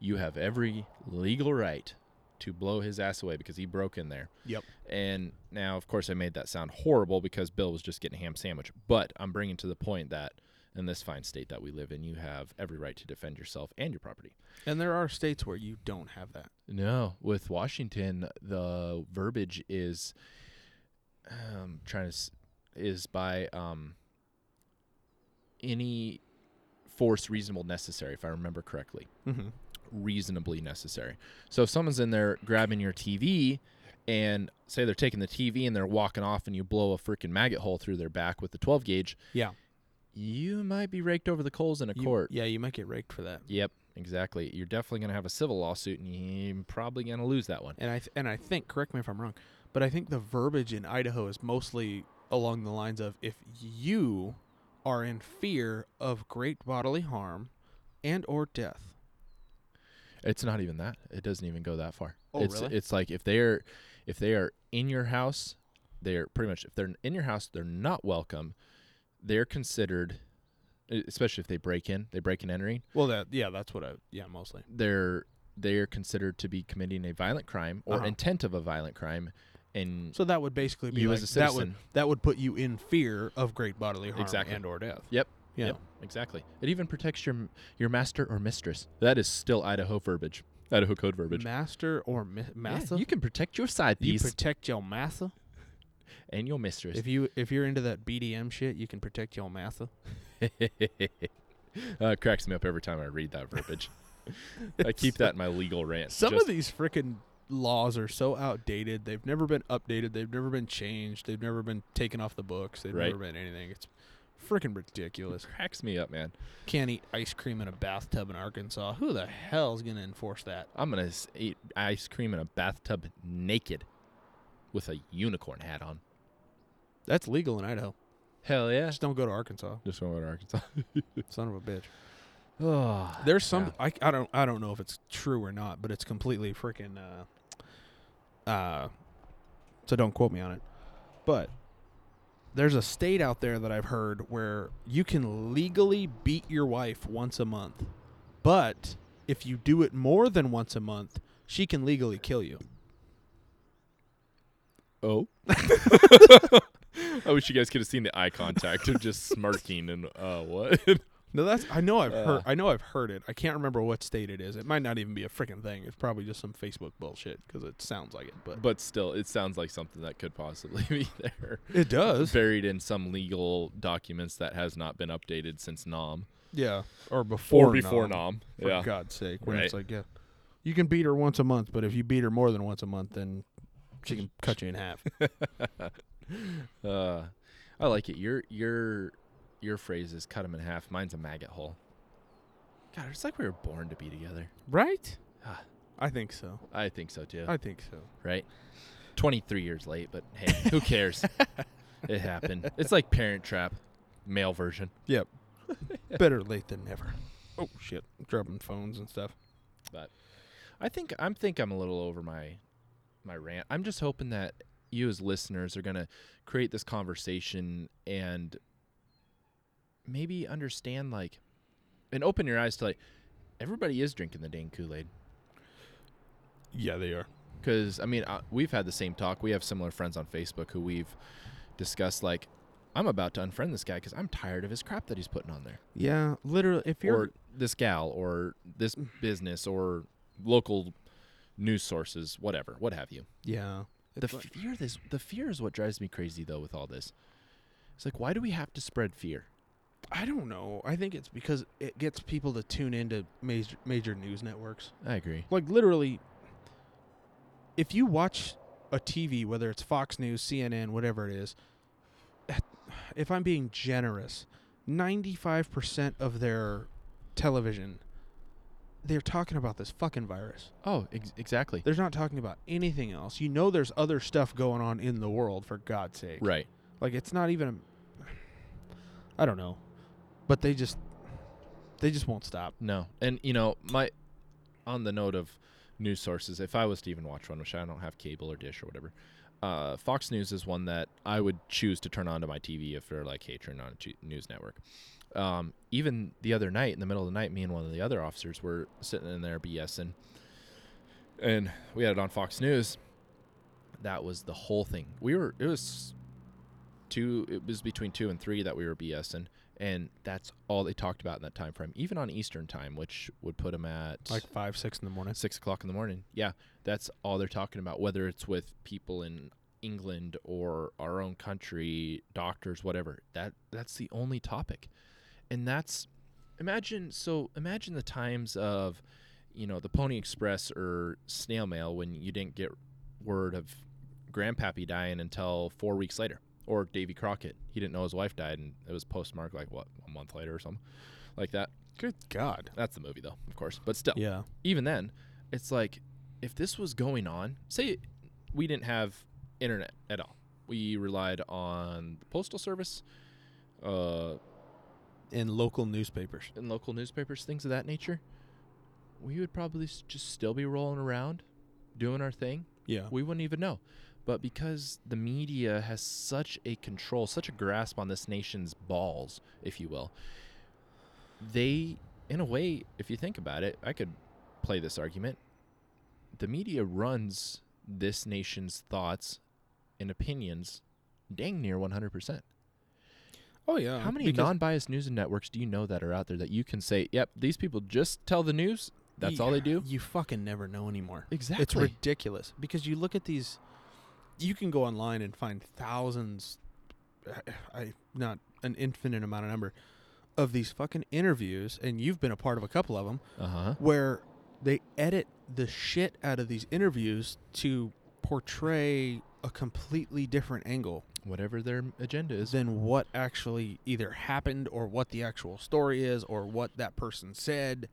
S1: you have every legal right to blow his ass away because he broke in there.
S2: Yep.
S1: And now, of course, I made that sound horrible because Bill was just getting a ham sandwich. But I'm bringing to the point that in this fine state that we live in, you have every right to defend yourself and your property.
S2: And there are states where you don't have that.
S1: No, with Washington, the verbiage is um, trying to s- is by um, any force reasonable necessary, if I remember correctly
S2: Mm-hmm.
S1: reasonably necessary. So if someone's in there grabbing your TV and say they're taking the TV and they're walking off and you blow a freaking maggot hole through their back with the 12 gauge,
S2: Yeah.
S1: you might be raked over the coals in a
S2: You-
S1: court.
S2: Yeah, you might get raked for that.
S1: Yep, exactly. You're definitely going to have a civil lawsuit and you're probably going to lose that one.
S2: And I th- and I think correct me if I'm wrong, but I think the verbiage in Idaho is mostly along the lines of if you are in fear of great bodily harm and or death.
S1: It's not even that. It doesn't even go that far.
S2: Oh,
S1: it's
S2: really?
S1: it's like if they're if they are in your house, they're pretty much if they're in your house, they're not welcome. They're considered e, especially if they break in, they break in entering,
S2: Well, that yeah, that's what I yeah mostly.
S1: they're they're considered to be committing a violent crime or
S2: Uh-huh.
S1: intent of a violent crime and
S2: So that would basically be
S1: you
S2: like,
S1: as a
S2: that would
S1: citizen
S2: that would put you in fear of great bodily harm
S1: Exactly.
S2: and or death.
S1: yep
S2: Yeah.
S1: Yep, exactly it even protects your your master or mistress that is still idaho verbiage idaho code verbiage
S2: Master or mi-
S1: Yeah,
S2: massa.
S1: you can protect your side
S2: you
S1: piece
S2: protect your massa.
S1: and your mistress
S2: If you if you're into that BDM shit, you can protect your massa.
S1: uh, it cracks me up every time i read that verbiage i keep that in my legal rant
S2: Some
S1: just-
S2: of these freaking laws are so outdated. They've never been updated. They've never been changed. They've never been taken off the books. They've
S1: Right.
S2: never been anything. It's freaking ridiculous.
S1: cracks me up man
S2: Can't eat ice cream in a bathtub in Arkansas. Who the hell's gonna enforce that?
S1: i'm gonna s- eat ice cream in a bathtub naked with a unicorn hat on
S2: That's legal in Idaho.
S1: hell yeah
S2: Just don't go to Arkansas.
S1: just went to arkansas
S2: Son of a bitch.
S1: oh
S2: There's some I, I don't I don't know if it's true or not, but it's completely freaking uh uh so don't quote me on it. But there's a state out there that I've heard where you can legally beat your wife once a month. But if you do it more than once a month, she can legally kill you.
S1: Oh. I wish you guys could have seen the eye contact of just smirking and uh what?
S2: No, that's I know I've
S1: Uh.
S2: heard I know I've heard it. I can't remember what state it is. It might not even be a freaking thing. It's probably just some Facebook bullshit because it sounds like it, but
S1: but still, it sounds like something that could possibly be there.
S2: it does.
S1: Buried in some legal documents that has not been updated since Nom.
S2: Yeah, or before
S1: Or before Nom.
S2: Nom. for
S1: Yeah.
S2: God's sake. When it's
S1: Right.
S2: like, yeah, you can beat her once a month, but if you beat her more than once a month, then she can cut you in half.
S1: Uh I like it. Your your your phrase is cut him in half. Mine's a maggot hole. God, it's like we were born to be together.
S2: right?
S1: Ah.
S2: I think so.
S1: I think so too.
S2: I think so.
S1: right? 23 years late, but hey, who cares? it happened. It's like Parent Trap, male version.
S2: Yep. Better late than never. Oh shit! Dropping phones and stuff.
S1: But I think I'm think I'm a little over my my rant. I'm just hoping that you as listeners are going to create this conversation and maybe understand like and open your eyes to like everybody is drinking the dang Kool-Aid.
S2: Yeah, they are.
S1: because I mean I, we've had the same talk. We have similar friends on Facebook who we've discussed like I'm about to unfriend this guy because I'm tired of his crap that he's putting on there,
S2: Yeah, literally. If you're
S1: or this gal, or this business, or local news sources, whatever, what have you.
S2: Yeah.
S1: The
S2: It's like-
S1: fear this the fear is what drives me crazy though with all this. It's like why do we have to spread fear?
S2: I don't know. I think it's because it gets people to tune into major major news networks.
S1: I agree.
S2: Like literally, if you watch a TV, whether it's Fox News, CNN, whatever it is, if I'm being generous, ninety-five percent of their television, they're talking about this fucking virus.
S1: Oh, ex- exactly.
S2: They're not talking about anything else. You know, there's other stuff going on in the world. For God's sake,
S1: Right.
S2: like it's not even. I don't know, but they just, they just won't stop.
S1: No. And you know, my on the note of news sources, if I was to even watch one, which I don't have cable or dish or whatever, uh, Fox News is one that I would choose to turn on to my TV if they're like, hey, turn on a t- news network. Um, even the other night, in the middle of the night, me and one of the other officers were sitting in there BSing, and we had it on Fox News. That was the whole thing. We were it was two. It was between two and three that we were BSing, and that's all they talked about in that time frame. Even on Eastern time, which would put them at
S2: Like five, six in the morning.
S1: six o'clock in the morning. Yeah, that's all they're talking about. Whether it's with people in England or our own country, doctors, whatever. That that's the only topic, and that's imagine. So imagine the times of, you know, the Pony Express or snail mail when you didn't get word of Grandpappy dying until four weeks later, or Davy Crockett. He didn't know his wife died, and it was postmarked like what a month later or something, like that.
S2: Good God.
S1: That's the movie though, of course, but still
S2: Yeah.
S1: even then, it's like if this was going on, say we didn't have internet at all. We relied on the postal service, uh,
S2: In local newspapers.
S1: and local newspapers, things of that nature. We would probably s- just still be rolling around, doing our thing.
S2: Yeah.
S1: We wouldn't even know. But because the media has such a control, such a grasp on this nation's balls, if you will, they, in a way, if you think about it, I could play this argument. The media runs this nation's thoughts and opinions dang near 100%.
S2: Oh yeah.
S1: How many non biased news networks do you know that are out there that you can say, yep, these people just tell the news? That's all they do?
S2: You fucking never know anymore.
S1: Exactly.
S2: It's ridiculous because you look at these. You can go online and find thousands, I, I not an infinite amount of number, of these fucking interviews, and you've been a part of a couple of them
S1: uh huh.
S2: where they edit the shit out of these interviews to portray a completely different angle
S1: Whatever their agenda is.
S2: than what actually either happened or what the actual story is or what that person said.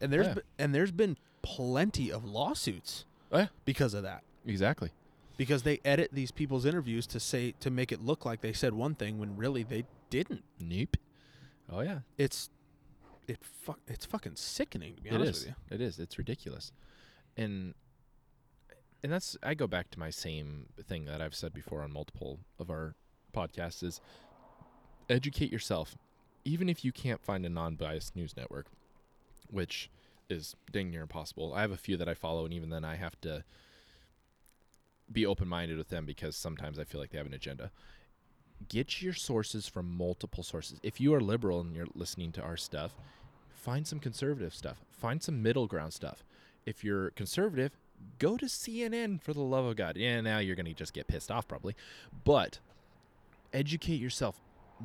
S2: And there's
S1: Yeah.
S2: be- and there's been plenty of lawsuits
S1: Oh, Yeah.
S2: because of that.
S1: Exactly.
S2: Because they edit these people's interviews to say to make it look like they said one thing when really they didn't.
S1: Nope. Oh yeah,
S2: It's it fuck it's fucking sickening to be
S1: it
S2: honest
S1: is.
S2: with you.
S1: It is. It's ridiculous, and and that's I go back to my same thing that I've said before on multiple of our podcasts is educate yourself, even if you can't find a non-biased news network, which is dang near impossible. I have a few that I follow, and even then, I have to be open-minded with them because sometimes I feel like they have an agenda. Get your sources from multiple sources. If you are liberal and you're listening to our stuff, find some conservative stuff. Find some middle ground stuff. If you're conservative, go to CNN for the love of God. Yeah, now you're going to just get pissed off probably. But educate yourself.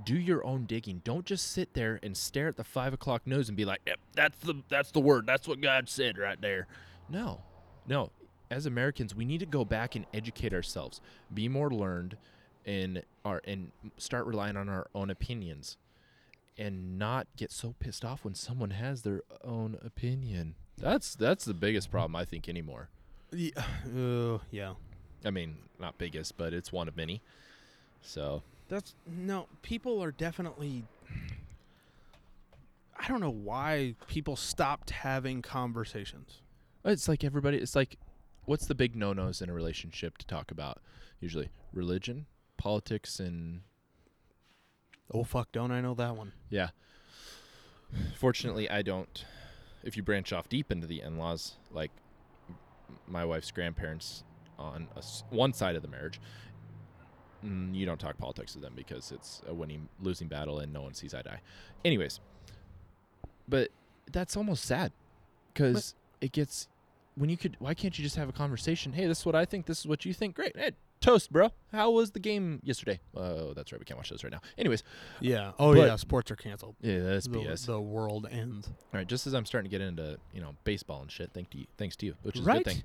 S1: Do your own digging. Don't just sit there and stare at the five o'clock news and be like, yep, that's the that's the word. That's what God said right there. No, no. As Americans, we need to go back and educate ourselves, be more learned, and our and start relying on our own opinions and not get so pissed off when someone has their own opinion. That's that's the biggest problem I think anymore.
S2: Yeah. Uh, yeah.
S1: I mean, not biggest, but it's one of many. So
S2: That's no, people are definitely I don't know why people stopped having conversations.
S1: it's like everybody. It's like, what's the big no-nos in a relationship to talk about? Usually, religion, politics, and
S2: Oh fuck, don't I know that one?
S1: yeah. Fortunately, I don't. If you branch off deep into the in-laws, like my wife's grandparents on a s one side of the marriage, mm, you don't talk politics to them because it's a winning losing battle and no one sees eye to eye. Anyways, but that's almost sad because it gets when you could why can't you just have a conversation hey this is what i think this is what you think great hey toast bro how was the game yesterday oh that's right we can't watch this right now anyways
S2: Yeah. Oh
S1: But-
S2: yeah. Sports are canceled.
S1: yeah that's
S2: the,
S1: bs
S2: the world ends.
S1: all right just as i'm starting to get into you know baseball and shit thank to you, thanks to you which is a
S2: Right.
S1: good thing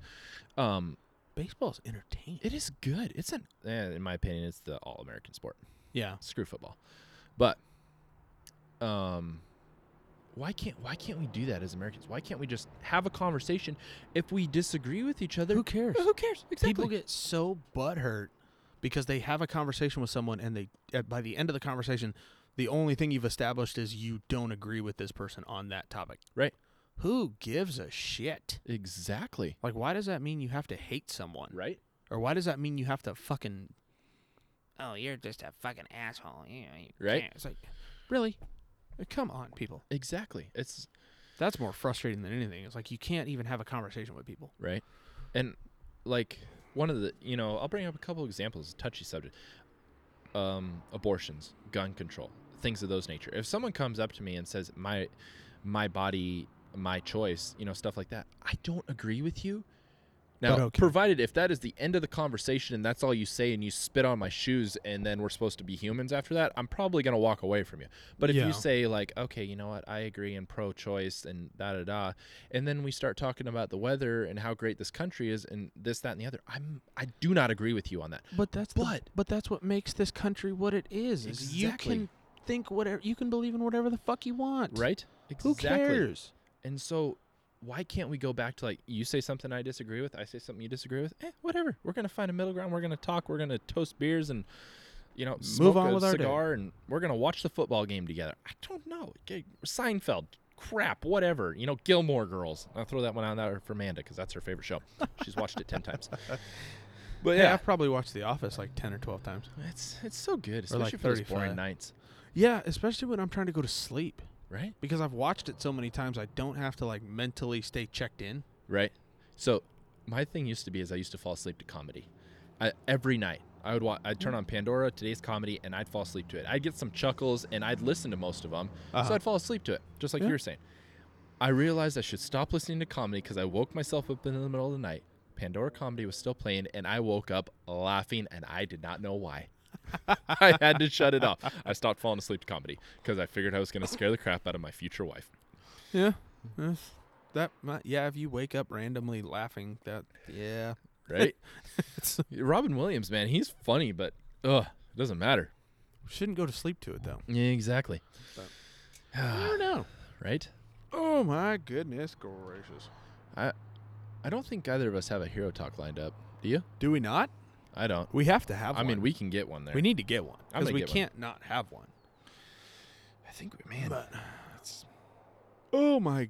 S1: um
S2: Baseball's entertaining.
S1: it is good it's an eh, in my opinion it's the all-american sport
S2: yeah.
S1: screw football but um why can't why can't we do that as americans why can't we just have a conversation if we disagree with each other
S2: Who cares?
S1: who cares exactly
S2: People get so butthurt because they have a conversation with someone and they at, by the end of the conversation, the only thing you've established is you don't agree with this person on that topic.
S1: Right.
S2: Who gives a shit?
S1: exactly
S2: Like why does that mean you have to hate someone?
S1: right
S2: Or why does that mean you have to fucking
S3: oh, you're just a fucking asshole. You know, you
S1: Right?
S3: can't- It's like,
S2: really? Come on, people.
S1: exactly it's
S2: That's more frustrating than anything. It's like you can't even have a conversation with people.
S1: right and like one of the you know i'll bring up a couple examples touchy subject um abortions gun control things of those nature if someone comes up to me and says my my body my choice you know stuff like that i don't agree with you now
S2: But okay.
S1: provided if that is the end of the conversation and that's all you say and you spit on my shoes and then we're supposed to be humans after that i'm probably going to walk away from you but if
S2: Yeah.
S1: you say like okay you know what i agree in pro-choice and da da da and then we start talking about the weather and how great this country is and this that and the other i'm i do not agree with you on that
S2: But that's
S1: But-
S2: the, but that's what makes this country what it is. Is you
S1: Exactly.
S2: can think whatever you can believe in whatever the fuck you want.
S1: right
S2: Who cares?
S1: And so why can't we go back to like you say something I disagree with, I say something you disagree with? Eh, whatever. We're gonna find a middle ground. We're gonna talk. We're gonna toast beers and you know smoke
S2: on
S1: a
S2: with our day.
S1: cigar and we're gonna watch the football game together. I don't know. Okay, Seinfeld, crap, whatever. You know Gilmore Girls. I'll throw that one on there for Amanda because that's her favorite show. She's watched it ten times. But
S2: Yeah,
S1: yeah,
S2: I've probably watched The Office like ten or twelve times.
S1: it's it's so good,
S2: Or
S1: especially
S2: like
S1: for those boring
S2: 35.
S1: nights,
S2: Yeah, especially when I'm trying to go to sleep
S1: right?
S2: because I've watched it so many times. I don't have to like mentally stay checked in.
S1: Right. So my thing used to be is I used to fall asleep to comedy. I, every night I would wa- I'd turn
S2: Mm.
S1: on Pandora, today's comedy, and I'd fall asleep to it. I'd get some chuckles and I'd listen to most of them,
S2: Uh-huh.
S1: so I'd fall asleep to it, just like
S2: Yeah.
S1: you were saying. I realized I should stop listening to comedy because I woke myself up in the middle of the night. Pandora comedy was still playing, and I woke up laughing, and I did not know why. I had to shut it off. I stopped falling asleep to comedy because I figured I was going to scare the crap out of my future wife.
S2: Yeah. Mm-hmm. That might, yeah, if you wake up randomly laughing, that yeah.
S1: Right? Robin Williams, man, he's funny, but ugh, it doesn't matter.
S2: shouldn't go to sleep to it though.
S1: Yeah, exactly.
S2: I don't know.
S1: right?
S2: Oh my goodness gracious.
S1: I I don't think either of us have a hero talk lined up. Do you?
S2: Do we not?
S1: I don't.
S2: We have to have.
S1: I mean,
S2: one.
S1: we can get one there.
S2: we need to get one
S1: I'm
S2: because
S1: gonna
S2: we
S1: get one.
S2: can't not have one.
S1: I think we man.
S2: But-
S1: that's,
S2: Oh my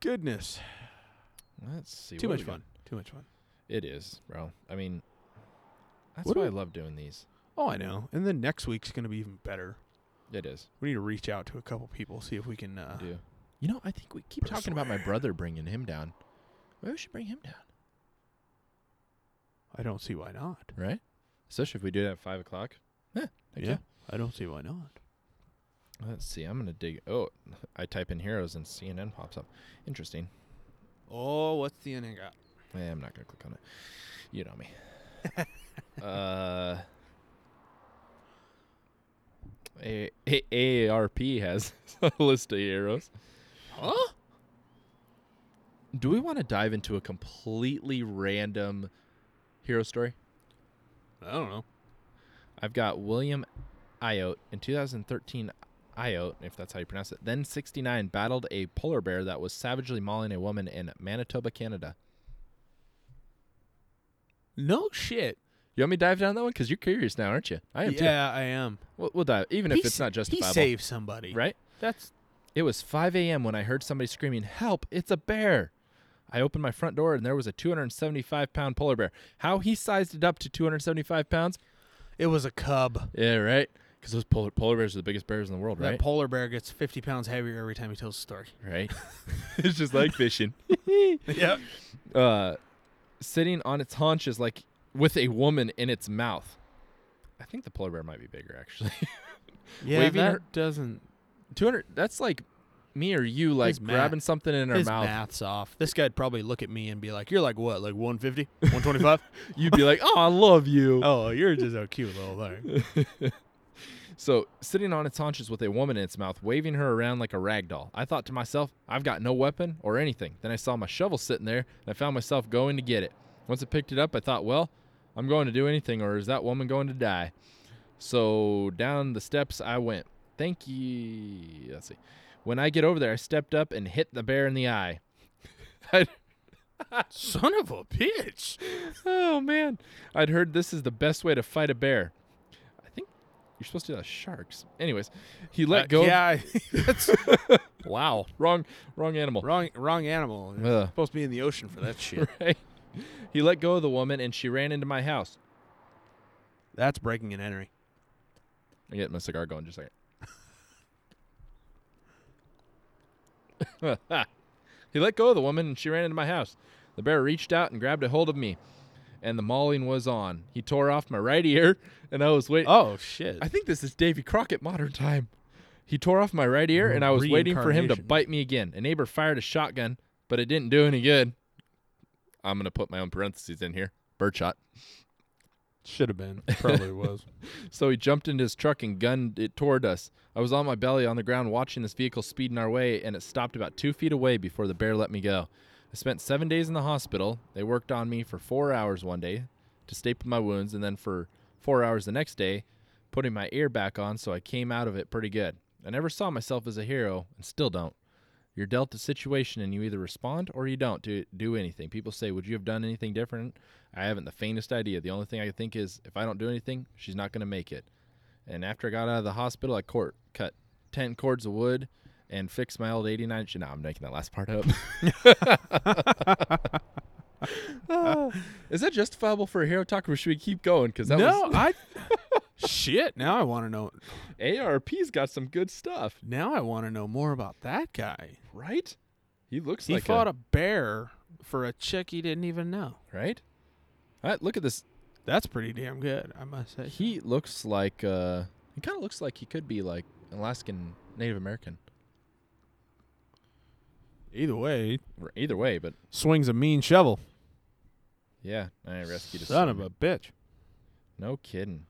S2: goodness!
S1: let's see.
S2: Too
S1: what
S2: much
S1: we got.
S2: fun. Too much fun.
S1: It is, bro. I mean, that's
S2: What do
S1: why I
S2: we-
S1: love doing these.
S2: Oh, I know. And then next week's gonna be even better.
S1: It is.
S2: We need to reach out to a couple people see if we can. Uh,
S1: I do. You know, I think we keep talking about my brother bringing him down. Maybe we should bring him down,
S2: I don't see why not.
S1: right? Especially if we do it at five o'clock. Yeah. heck
S2: yeah, I don't see why not.
S1: Let's see. I'm gonna dig. Oh, I type in heroes and CNN pops up. Interesting.
S2: Oh, what's the ending got?
S1: Eh, I'm not gonna click on it. You know me. uh, A- A- AARP has a list of heroes.
S2: Huh?
S1: Do we want to dive into a completely random hero story?
S2: I don't know.
S1: I've got William Iotte in 2013. Iotte, if that's how you pronounce it, then 69, battled a polar bear that was savagely mauling a woman in Manitoba, Canada.
S2: No shit.
S1: You want me to dive down that one? Because you're curious now, aren't you? I am too.
S2: yeah, I am.
S1: We'll, we'll dive, even if
S2: He
S1: it's
S2: s-
S1: not justifiable.
S2: he saved somebody.
S1: Right?
S2: That's
S1: It was 5 a.m. when I heard somebody screaming, Help, it's a bear. I opened my front door and there was a 275 pound polar bear. How he sized it up to 275 pounds?
S2: it was a cub.
S1: Yeah, right? Because those polar, polar bears are the biggest bears in the world,
S2: That
S1: right?
S2: polar bear gets fifty pounds heavier every time he tells a story.
S1: right? it's just like fishing.
S2: yep.
S1: Uh, sitting on its haunches like with a woman in its mouth. I think the polar bear might be bigger, actually.
S2: Yeah,
S1: Waving
S2: that
S1: her-
S2: doesn't.
S1: 200, that's like me or you like
S2: His math-
S1: grabbing something in our
S2: His
S1: mouth,
S2: math's off. This guy'd probably look at me and be like, "You're like what? Like 150, 125?
S1: you'd be like, "Oh, I love you."
S2: oh, you're just a cute little thing."
S1: So, sitting on its haunches with a woman in its mouth, waving her around like a rag doll. I thought to myself, I've got no weapon or anything. Then I saw my shovel sitting there, and I found myself going to get it. Once I picked it up, I thought, well, I'm going to do anything, or is that woman going to die? So, down the steps I went. Thank ye. Let's see. When I get over there, I stepped up and hit the bear in the eye. I
S2: Son of a bitch!
S1: Oh man, I'd heard this is the best way to fight a bear. I think you're supposed to do that with sharks. Anyways, he let
S2: Uh,
S1: go. of-
S2: Yeah, I- that's wow.
S1: wrong, wrong animal.
S2: Wrong, wrong animal. You're
S1: Ugh.
S2: supposed to be in the ocean for that shit.
S1: Right. He let go of the woman, and she ran into my house.
S2: That's breaking and entering.
S1: I get my cigar going. Just a second. he let go of the woman, and she ran into my house. The bear reached out and grabbed a hold of me, and the mauling was on. He tore off my right ear, and I was waiting.
S2: Oh shit!
S1: I think this is Davy Crockett modern time. He tore off my right ear, and I was waiting for him to
S2: Reincarnation.
S1: bite me again. A neighbor fired a shotgun, but it didn't do any good. I'm gonna put my own parentheses in here. Birdshot.
S2: Should have been. Probably was.
S1: So he jumped into his truck and gunned it toward us. I was on my belly on the ground watching this vehicle speeding our way, and it stopped about two feet away before the bear let me go. I spent seven days in the hospital. They worked on me for four hours one day to staple my wounds, and then for four hours the next day, putting my ear back on so I came out of it pretty good. I never saw myself as a hero, and still don't. You're dealt a situation and you either respond or you don't do, do anything. People say, Would you have done anything different? I haven't the faintest idea. The only thing I can think is, if I don't do anything, she's not going to make it. And after I got out of the hospital, I court, cut 10 cords of wood and fixed my old 89. No, I'm making that last part up. Ah, is that justifiable for a hero talk or should we keep going? Because that
S2: no,
S1: was.
S2: I. shit! Now I want to know.
S1: ARP's got some good stuff,
S2: Now I want to know more about that guy.
S1: right? He looks
S2: He
S1: like
S2: fought
S1: a,
S2: a bear for a chick he didn't even know.
S1: right? All right, look at this.
S2: That's pretty damn good, I must say.
S1: He looks like uh he kind of looks like he could be like an Alaskan Native American.
S2: Either way,
S1: R- Either way, but
S2: swings a mean shovel.
S1: yeah, I rescued a
S2: Son of
S1: senior.
S2: a bitch.
S1: No kidding.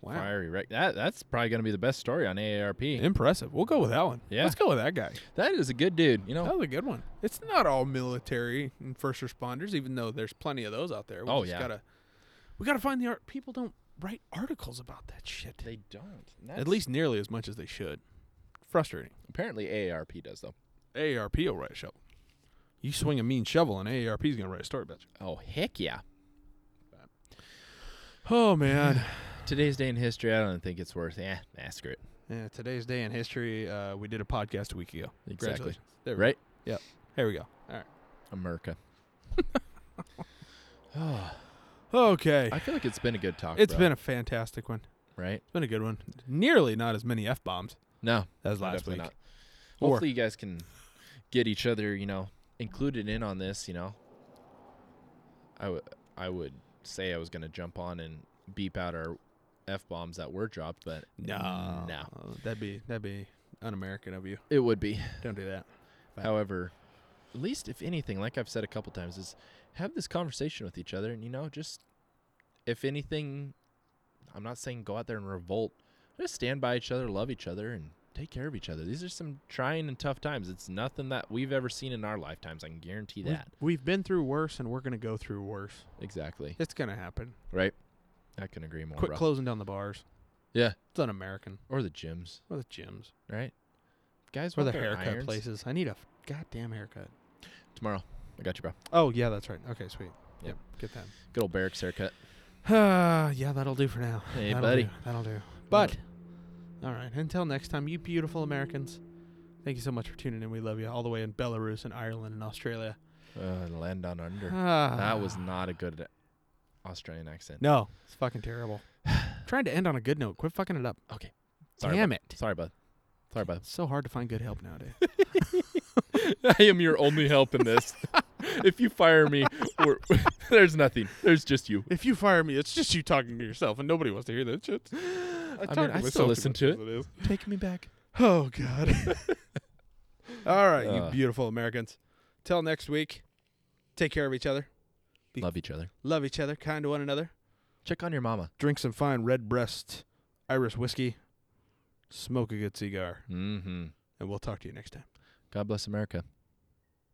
S2: Wow.
S1: Fiery wreck. That that's probably gonna be the best story on AARP.
S2: Impressive. We'll go with that one.
S1: Yeah. Oh.
S2: Let's go with that guy.
S1: That is a good dude. You
S2: That
S1: know.
S2: was a good one. It's not all military and first responders, even though there's plenty of those out there. We
S1: Oh,
S2: just
S1: yeah.
S2: Gotta, we gotta find the art. People don't write articles about that shit.
S1: They don't. And
S2: At
S1: that's-
S2: least nearly as much as they should. Frustrating.
S1: apparently AARP does though.
S2: AARP will write a shovel. You swing a mean shovel, and AARP's gonna write a story about you.
S1: Oh heck yeah!
S2: Oh man.
S1: Today's day in history, I don't think it's worth. Yeah, ask it.
S2: yeah. Today's day in history. Uh, we did a podcast a week ago.
S1: Exactly.
S2: Congratulations. There we go.
S1: Right,
S2: Here we go. All right.
S1: America.
S2: Okay.
S1: I feel like it's been a good talk.
S2: It's
S1: bro.
S2: been a fantastic one.
S1: right.
S2: It's been a good one. Nearly not as many f bombs
S1: No,
S2: as
S1: No,
S2: last
S1: Oh, definitely
S2: week.
S1: not.
S2: Or-
S1: Hopefully, you guys can get each other, you know, included in on this. You know, I would I would say I was gonna jump on and beep out our f bombs that were dropped, but
S2: No, Oh,
S1: no,
S2: that'd be that'd be un-American of you.
S1: it would be.
S2: Don't do that.
S1: However, at least if anything, like I've said a couple times, is have this conversation with each other, and you know, just if anything, I'm not saying go out there and revolt. Just stand by each other, love each other, and take care of each other. These are some trying and tough times. It's nothing that we've ever seen in our lifetimes. I can guarantee
S2: We've,
S1: that.
S2: we've been through worse, and we're gonna go through worse.
S1: Exactly.
S2: It's gonna happen.
S1: Right. I can agree more.
S2: Quit
S1: bro.
S2: closing down the bars.
S1: Yeah.
S2: it's un-American.
S1: Or the gyms,
S2: Or the gyms.
S1: right? Guys,
S2: Or
S1: want
S2: the
S1: their
S2: haircut
S1: irons?
S2: places. I need a f- goddamn haircut.
S1: tomorrow. I got you, bro.
S2: Oh yeah, that's right. Okay, sweet.
S1: Yep.
S2: get that.
S1: Good old barracks haircut.
S2: Uh, yeah, that'll do for now.
S1: Hey,
S2: That'll
S1: buddy.
S2: do. That'll do. But, all right. Until next time, you beautiful Americans. Thank you so much for tuning in. We love you all the way in Belarus and Ireland and Australia.
S1: Uh, land on under.
S2: Ah.
S1: That was not a good Australian accent.
S2: No, it's fucking terrible. Trying to end on a good note. Quit fucking it up.
S1: Okay. Sorry,
S2: Damn it.
S1: Sorry, bud. Sorry, bud.
S2: It's so hard to find good help nowadays.
S1: I am your only help in this. if you fire me, we're, there's nothing. There's just you.
S2: if you fire me, it's just you talking to yourself, and nobody wants to hear that shit. I,
S1: I still listen to it. Take me back.
S2: Oh God. All right, you
S1: Ugh.
S2: beautiful Americans. Till next week, take care of each other,
S1: Love each other.
S2: love each other, kind to one another.
S1: Check on your mama.
S2: Drink some fine red breast Irish whiskey, smoke a good cigar,
S1: Mm-hmm.
S2: and we'll talk to you next time.
S1: God bless America.